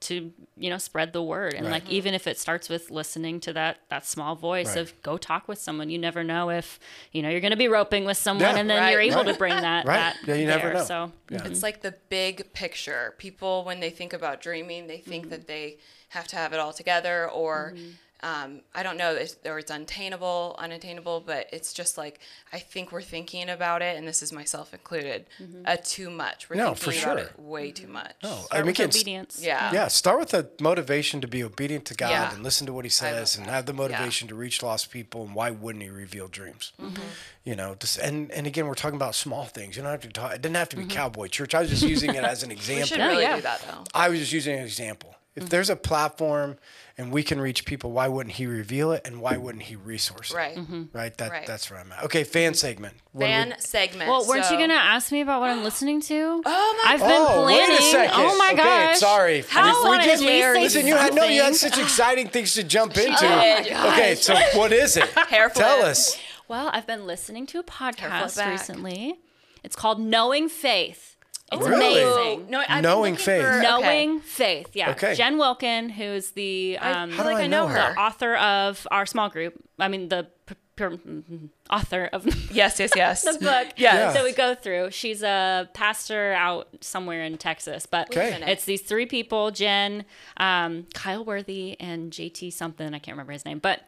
S4: to you know spread the word and like even if it starts with listening to that that small voice
S2: Right.
S4: of go talk with someone you never know if you know you're going to be roping with someone
S2: Yeah.
S4: and then
S3: Right.
S4: you're able to
S2: Right.
S4: bring that
S2: Right.
S4: that
S2: Yeah, you
S4: there.
S2: never know.
S4: so
S2: Mm-hmm.
S3: It's like the big picture. People, when they think about dreaming, they think
S2: Mm-hmm.
S3: that they have to have it all together, or um, I don't know, it's- or it's untainable, unattainable. But it's just like I think we're thinking about it, and this is myself included, uh, too much. We're
S2: Mm-hmm. No,
S3: thinking
S2: for
S3: about
S2: sure. Mm-hmm.
S3: it way too much.
S2: No, I
S4: start
S2: mean,
S4: with
S2: Oh, again, s-
S4: obedience
S3: Yeah.
S2: Yeah, start with the motivation to be obedient to God
S3: Yeah.
S2: and listen to what He says, and have the motivation to reach lost people. And why wouldn't He reveal dreams?
S3: Mm-hmm.
S2: You know, just, and and again, we're talking about small things. You don't have to talk. It didn't have to be cowboy church. I was just using it as an
S3: Mm-hmm. We
S2: example.
S3: should really
S4: yeah.
S3: do that though.
S2: I was just using an example. If there's a platform and we can reach people, why wouldn't He reveal it, and why wouldn't He resource it?
S3: Right.
S2: Right. That
S3: Right.
S2: that's where I'm at. Okay, fan segment. What do we-
S3: Fan segment.
S4: well weren't
S3: so-
S4: you going to ask me about what i'm listening to
S3: Oh my
S4: i've been
S2: Oh, wait a
S4: planning
S2: second.
S4: oh my
S2: Okay,
S4: gosh
S2: sorry.
S4: how
S2: We
S4: on
S2: just-
S4: did we say
S2: Listen, you had no, you had
S4: something?
S2: such exciting things to jump into.
S3: my gosh.
S2: okay, so what is it?
S3: Hair flip.
S2: Tell us.
S4: Well, I've been listening to a podcast
S3: back.
S4: recently. It's called Knowing Faith. It's
S2: Really?
S3: Oh,
S4: amazing.
S3: no, I've been
S2: Knowing
S3: looking
S2: faith.
S3: for- okay.
S4: Knowing Faith, yeah.
S2: Okay.
S4: Jen Wilkin, who is the um,
S3: I
S2: How
S3: feel
S2: do
S3: like
S2: I
S3: I know
S2: know her?
S3: her.
S4: author of our small group. I mean, the p- p- author of the
S3: Yes, yes, yes.
S4: book
S3: Yes.
S4: that we go through. She's a pastor out somewhere in Texas, but
S2: Okay.
S4: it's these three people: Jen, um, Kyle Worthy, and JT something. I can't remember his name, but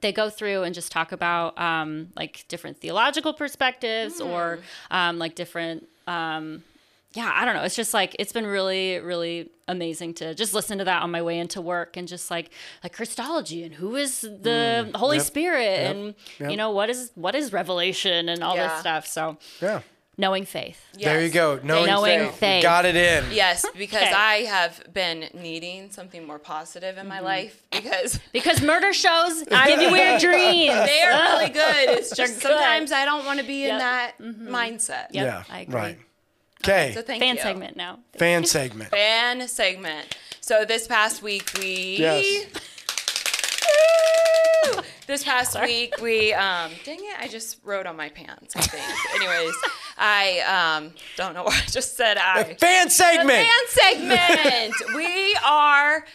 S4: they go through and just talk about um, like different theological perspectives
S2: Hmm.
S4: or um, like different. Um, yeah, I don't know. It's just like it's been really, really amazing to just listen to that on my way into work and just like like Christology and who is the Holy
S2: Hmm. yep,
S4: Spirit
S2: yep,
S4: and
S2: yep.
S4: you know what is what is Revelation and all
S3: Yeah.
S4: this stuff. So
S2: Yeah.
S4: knowing faith.
S2: There you
S3: Yes.
S2: go. Knowing,
S4: Knowing
S2: faith.
S4: faith.
S2: Got it in.
S3: Yes, because
S4: Okay.
S3: I have been needing something more positive in my
S4: Mm-hmm.
S3: life because
S4: Because murder shows give you weird dreams.
S3: they are really good. It's just
S4: good.
S3: sometimes I don't want to be in
S4: Yep. Mm-hmm.
S3: that mindset.
S4: Yep.
S2: Yeah.
S4: I agree.
S2: Right. Okay.
S3: So thank
S4: Fan
S3: you.
S4: segment now.
S2: fan segment.
S3: Fan segment. So this past week we
S2: Yes.
S3: Woo! This past week we um dang it, I just wrote on my pants, I think. Anyways, I um don't know what I just said I
S2: Fan
S3: The
S2: segment.
S3: fan segment. we are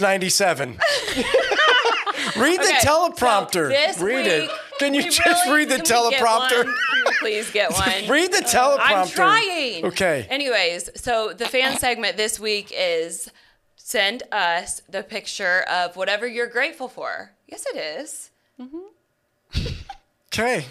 S2: 97. read the
S3: Okay, so
S2: teleprompter.
S3: this
S2: read it.
S3: week,
S2: Can you
S3: we
S2: just
S3: really-
S2: read the
S3: can we get
S2: teleprompter?
S3: one? Can we please get one.
S2: Read the teleprompter.
S3: I'm trying.
S2: Okay.
S3: Anyways, so the fan segment this week is send us the picture of whatever you're grateful for. Yes, it is.
S2: okay.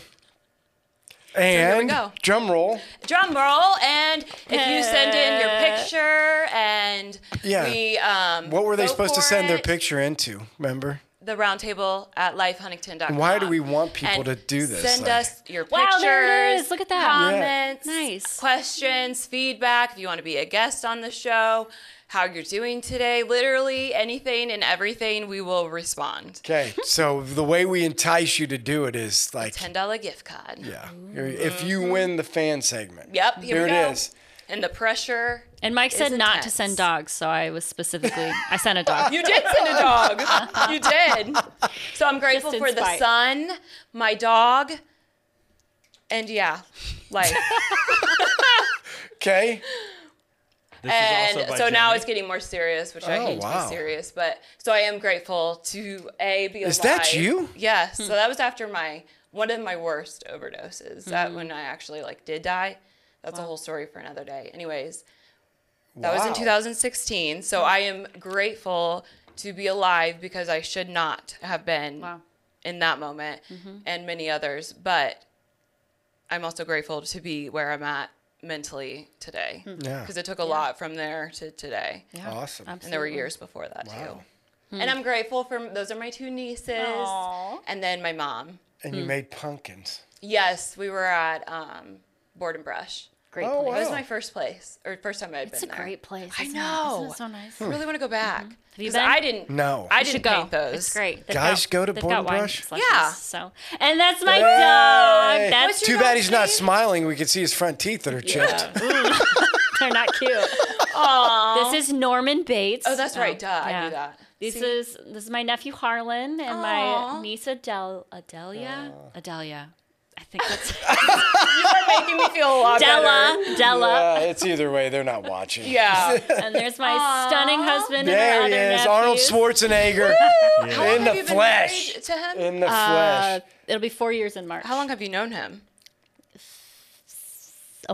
S3: here we
S2: And
S3: go.
S2: drum roll.
S3: Drum roll, and if you send in your picture, and
S2: Yeah.
S3: we um,
S2: What were they
S3: go
S2: supposed to
S3: for
S2: send their
S3: it,
S2: picture into? Remember?
S3: The roundtable at lifehuntington.com.
S2: Why do we want people
S3: And
S2: to do this?
S3: Send
S2: Like-
S3: us your pictures.
S4: Wow, there it is. Look at that.
S3: Comments,
S4: Yeah. Nice.
S3: questions, feedback. If you want to be a guest on the show, how you're doing today, literally anything and everything, we will respond.
S2: Okay, so the way we entice you to do it is like,
S3: Ten dollar gift card.
S2: yeah, if you win the fan segment.
S3: Yep. Here
S2: there
S3: we
S2: it
S3: go.
S2: is.
S3: And the pressure.
S4: And Mike said
S3: Is
S4: not to
S3: intense.
S4: send dogs, so I was specifically I sent a dog.
S3: You did send a dog. you did. So I'm grateful
S4: in
S3: for the
S4: spite.
S3: sun, my dog, and yeah, life.
S2: Okay,
S5: This
S3: and so now
S5: Jenny.
S3: it's getting more serious, which I
S2: Oh,
S3: hate to
S2: wow.
S3: be serious, but so I am grateful to a be alive.
S2: Is that you?
S3: Yes. So that was after my one of my worst overdoses. That when I actually like did die. That's a whole story for another day. Anyways, that was in
S2: Wow.
S3: 2016. So I am grateful to be alive because I should not have been
S4: Wow.
S3: in that moment
S4: Mm-hmm.
S3: and many others. But I'm also grateful to be where I'm at mentally today.
S4: Hmm.
S2: Yeah.
S3: Because it took a lot from there to today.
S4: Yeah,
S2: Awesome. And
S3: And there were
S4: absolutely. Hmm.
S3: years before that too. And I'm grateful for those are my two nieces
S4: Aw.
S3: and then my mom.
S2: and you made pumpkins.
S3: Yes, we were at um, Board and Brush.
S4: Great
S2: Oh,
S4: place.
S3: It was
S2: Wow.
S3: my first place or first time I'd
S4: It's a
S3: been there.
S4: great place.
S3: I
S4: isn't it?
S3: know.
S4: Isn't it so nice?
S3: I really want to go back. Have
S4: you been?
S3: I didn't.
S2: Hmm. No.
S3: I
S4: You
S3: didn't
S4: should go.
S3: paint those.
S4: It's great. They've
S2: Guys, go to
S4: they've
S2: Board and
S4: wine
S2: Brush.
S4: selections,
S3: Yeah.
S4: So, and that's my
S2: Hey!
S4: dog. That's
S2: Too bad he's not smiling. We can see his front teeth in her chest.
S4: your are not cute. This is Norman Bates.
S3: Oh, that's right. Duh, I knew that.
S4: This
S3: See?
S4: is this is my nephew Harlan and
S3: Aw.
S4: my niece Adel Adelia Adelia. I think that's
S3: You're making me feel a lot better.
S4: Della Della.
S2: Uh, it's either way. They're not watching.
S3: Yeah.
S4: And there's my stunning husband
S2: There
S4: and
S2: he
S4: my other
S2: is, Arnold
S4: nephews.
S2: Schwarzenegger in
S3: Have
S2: the
S3: you been
S2: flesh.
S3: married to him?
S2: In the
S4: Uh,
S2: flesh.
S4: it'll be four years in March.
S3: How long have you known him?
S4: A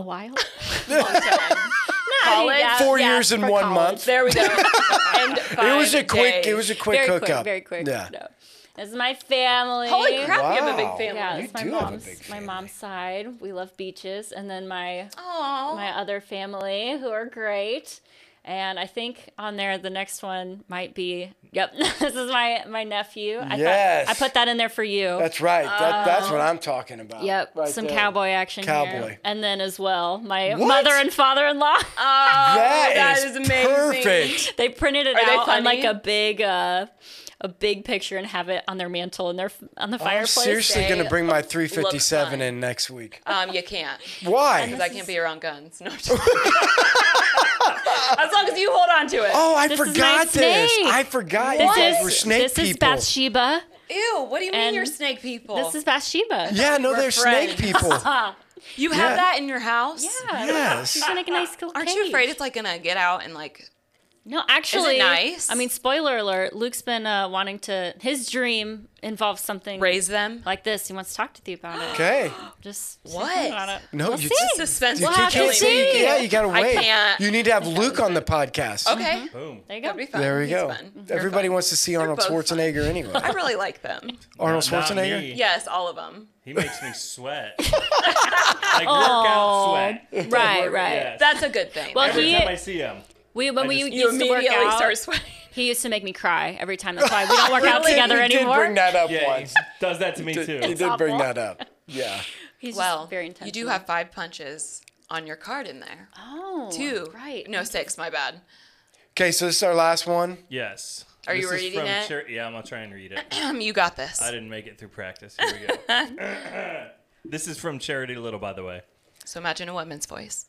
S4: while.
S3: College?
S2: Four years and
S4: for
S2: one
S4: college.
S2: month.
S3: There we go. And
S2: It was a
S3: five
S2: quick. It
S3: days.
S2: was a quick
S4: very
S2: hookup.
S4: quick. Very quick.
S2: Yeah.
S4: No. This is my family.
S3: Holy crap! You have a
S2: Wow.
S3: big family.
S4: Yeah,
S2: You
S4: it's my
S2: do have a
S4: mom's
S2: big
S4: my
S2: family.
S4: mom's side. We love beaches, and then my
S3: Aw.
S4: my other family who are great. And I think on there the next one might be yep. this is my my nephew. I
S2: Yes.
S4: thought, I put that in there for you.
S2: That's right. That, that's what I'm talking about.
S4: yep.
S2: Right
S4: Some
S2: there.
S4: cowboy action here.
S2: Cowboy.
S4: And then as well, my
S2: What?
S4: mother and father-in-law.
S3: Oh. that
S2: is,
S3: is amazing.
S2: perfect.
S4: they printed it
S3: Are they
S4: out on like
S3: funny?
S4: a big uh a big picture and have it on their mantle and their on the
S2: I'm
S4: fireplace.
S2: Oh, seriously
S3: they
S2: going to bring my 357
S3: fine.
S2: in next week.
S3: Um, you can't
S2: Why?
S3: because I can't be around guns. No. I'm just- as long as you hold on to it.
S2: Oh, I
S4: This is my
S2: forgot this.
S4: snake.
S2: I forgot
S4: This
S2: you
S4: is
S2: guys were snake
S4: this is
S2: people.
S4: Bathsheba.
S3: Ew! What do you mean
S4: And
S3: you're snake people?
S4: This is Bathsheba.
S2: yeah, no,
S3: We're
S2: they're snake
S3: friends.
S2: people.
S3: you have
S2: yeah.
S3: that in your house.
S2: Yes.
S4: She's gonna make a nice little
S3: Aren't you
S4: cage.
S3: afraid it's like gonna get out and like?
S4: No, actually,
S3: nice?
S4: I mean, spoiler alert. Luke's been uh, wanting to. His dream involves something
S3: Raise them?
S4: like this. He wants to talk to you about it.
S2: Okay.
S4: Just
S3: What?
S4: thinking About it.
S2: No,
S4: We'll
S2: you
S4: see.
S2: just-
S3: Suspense.
S2: You
S3: is
S2: can't
S3: killing
S2: say-
S3: me.
S2: yeah, you got to
S3: I
S2: wait.
S3: can't.
S2: You need to have Luke on the podcast.
S3: Okay.
S5: Boom.
S4: There you go.
S3: That'd be fun.
S2: There we
S3: He's
S2: go.
S3: fun. They're
S2: Everybody
S3: fun.
S2: wants to see Arnold
S3: both fun.
S2: Schwarzenegger anyway.
S3: I really like them.
S2: Arnold
S5: Not
S2: Schwarzenegger?
S5: me.
S3: Yes, all of them.
S5: He makes me sweat. like workout sweat.
S4: Right, right.
S5: Yes.
S3: That's a good thing.
S4: Well,
S5: Every
S4: he-
S5: time I see him.
S4: We when
S5: I
S4: we
S5: just-
S3: you
S4: used to work
S3: immediately
S4: out,
S3: start sweating.
S4: he used to make me cry every time. That's why we don't work out
S2: Really?
S4: together
S2: You did
S4: anymore.
S2: bring that up
S5: Yeah, he
S2: once.
S5: does that to me
S2: Did- You
S5: too.
S2: did bring
S4: awful.
S2: that up. Yeah.
S4: He's just
S3: Well,
S4: very
S3: you
S4: intense.
S3: do have five punches on your card in there.
S4: oh,
S3: Two.
S4: Right.
S3: No, six. My bad.
S2: Okay, so this is our last one.
S5: Yes.
S3: Are you
S5: This is
S3: reading
S5: from
S3: it?
S5: Cher- yeah, I'm gonna try and read it.
S3: Um, you got this.
S5: I didn't make it through practice. Here we go. this is from Charity Little, by the way.
S3: So imagine a woman's voice.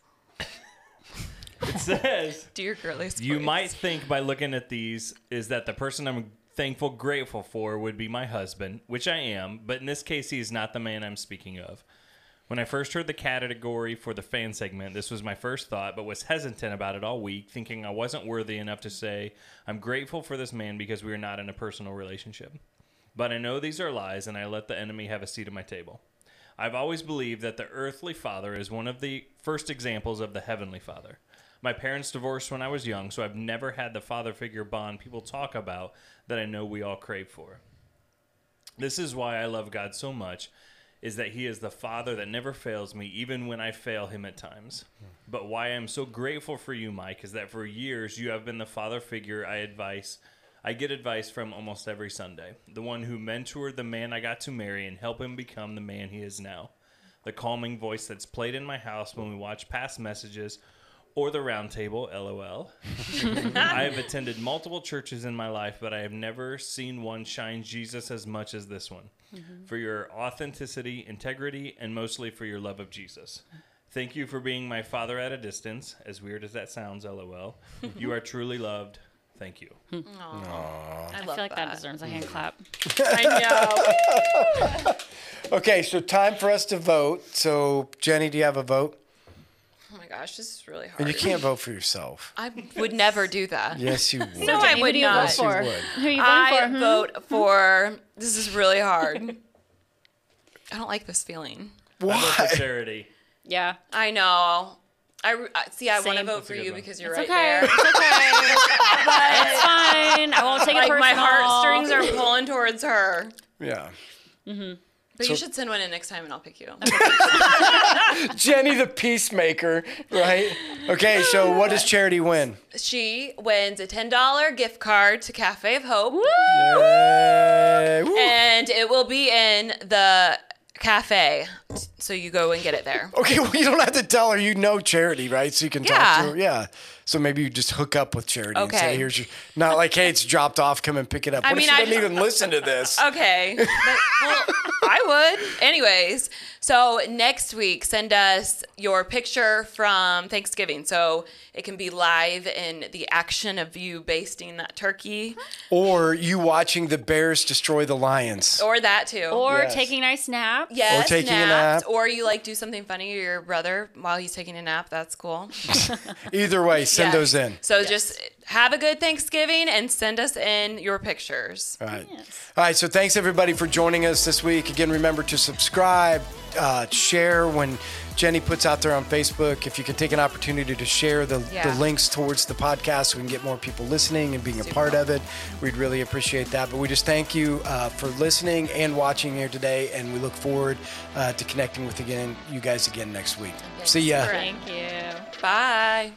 S5: It says.
S3: Do your girliest
S5: You
S3: voice.
S5: might think by looking at these is that the person I'm thankful, grateful for would be my husband, which I am, but in this case, he is not the man I'm speaking of. When I first heard the category for the fan segment, this was my first thought, but was hesitant about it all week, thinking I wasn't worthy enough to say, I'm grateful for this man because we are not in a personal relationship. But I know these are lies, and I let the enemy have a seat at my table. I've always believed that the earthly father is one of the first examples of the heavenly father. My parents divorced when I was young, so I've never had the father figure bond people talk about that I know we all crave for. This is why I love God so much is that he is the father that never fails me even when I fail him at times. But why I'm so grateful for you Mike is that for years you have been the father figure I advice I get advice from almost every Sunday. The one who mentored the man I got to marry and help him become the man he is now. The calming voice that's played in my house when we watch past messages or the round table, lol. I have attended multiple churches in my life, but I have never seen one shine Jesus as much as this one. For your authenticity, integrity, and mostly for your love of Jesus. Thank you for being my father at a distance, as weird as that sounds, lol. you are truly loved. Thank you.
S3: I,
S4: I
S3: love
S4: feel like that,
S3: that.
S4: deserves a hand clap.
S3: Mm. I know.
S2: Okay, so time for us to vote. So, Jenny, do you have a vote?
S3: oh my gosh, this is really
S2: And
S3: hard.
S2: you can't vote for yourself.
S3: I would never do that.
S2: Yes, you would.
S3: No, I
S4: Who
S3: would
S4: do you vote
S3: not.
S2: you
S4: for?
S2: would.
S4: Who are you voting
S3: I
S4: for? hmm?
S3: vote for. This is really hard. I don't like this feeling.
S5: I vote for
S2: Why?
S5: charity.
S4: Hmm? Yeah.
S3: I know. I re- I- see. I want to
S4: Same.
S3: vote
S5: That's a
S3: for
S5: good
S3: you
S5: one.
S3: because you're right
S4: It's okay.
S3: there.
S4: It's okay. it's fine. I won't take it
S3: Like
S4: personal.
S3: my heartstrings are pulling towards her.
S2: Yeah.
S3: But you should send one in next time, and I'll pick you.
S2: Jenny the peacemaker, right? Okay, so what does charity win?
S3: she wins a ten dollar gift card to Cafe of Hope,
S2: Yay. Woo.
S3: and it will be in the cafe. So you go and get it there.
S2: Okay, well, you don't have to tell her you know charity, right? So you can
S3: Yeah.
S2: talk to her. Yeah. So maybe you just hook up with charity and say,
S3: Okay.
S2: "Here's your." Not like, "Hey, it's dropped off. Come and pick it up." What
S3: I
S2: if
S3: mean,
S2: she
S3: I-
S2: doesn't even listen to this?
S3: Okay. But, well, I would. Anyways, so next week, send us your picture from Thanksgiving. So it can be live in the action of you basting that turkey
S2: Or you watching the Bears destroy the Lions?
S3: or that too.
S4: Or
S2: Yes.
S4: taking nice naps.
S3: Yes,
S2: taking a
S3: naps.
S2: nap.
S3: Or you like do something funny to your brother while he's taking a nap. That's cool.
S2: Either way, send
S3: Yeah.
S2: those in.
S3: So just have a good Thanksgiving and send us in your pictures.
S2: All right. All right. So thanks everybody for joining us this week. Again, remember to subscribe, uh, share when Jenny puts out there on Facebook. If you can take an opportunity to share the,
S3: Yeah.
S2: the links towards the podcast, so we can get more people listening and being a part of it. We'd really appreciate that. But we just thank you uh, for listening and watching here today, and we look forward uh, to connecting with again you guys again next week. See ya.
S4: Thank you.
S3: Bye.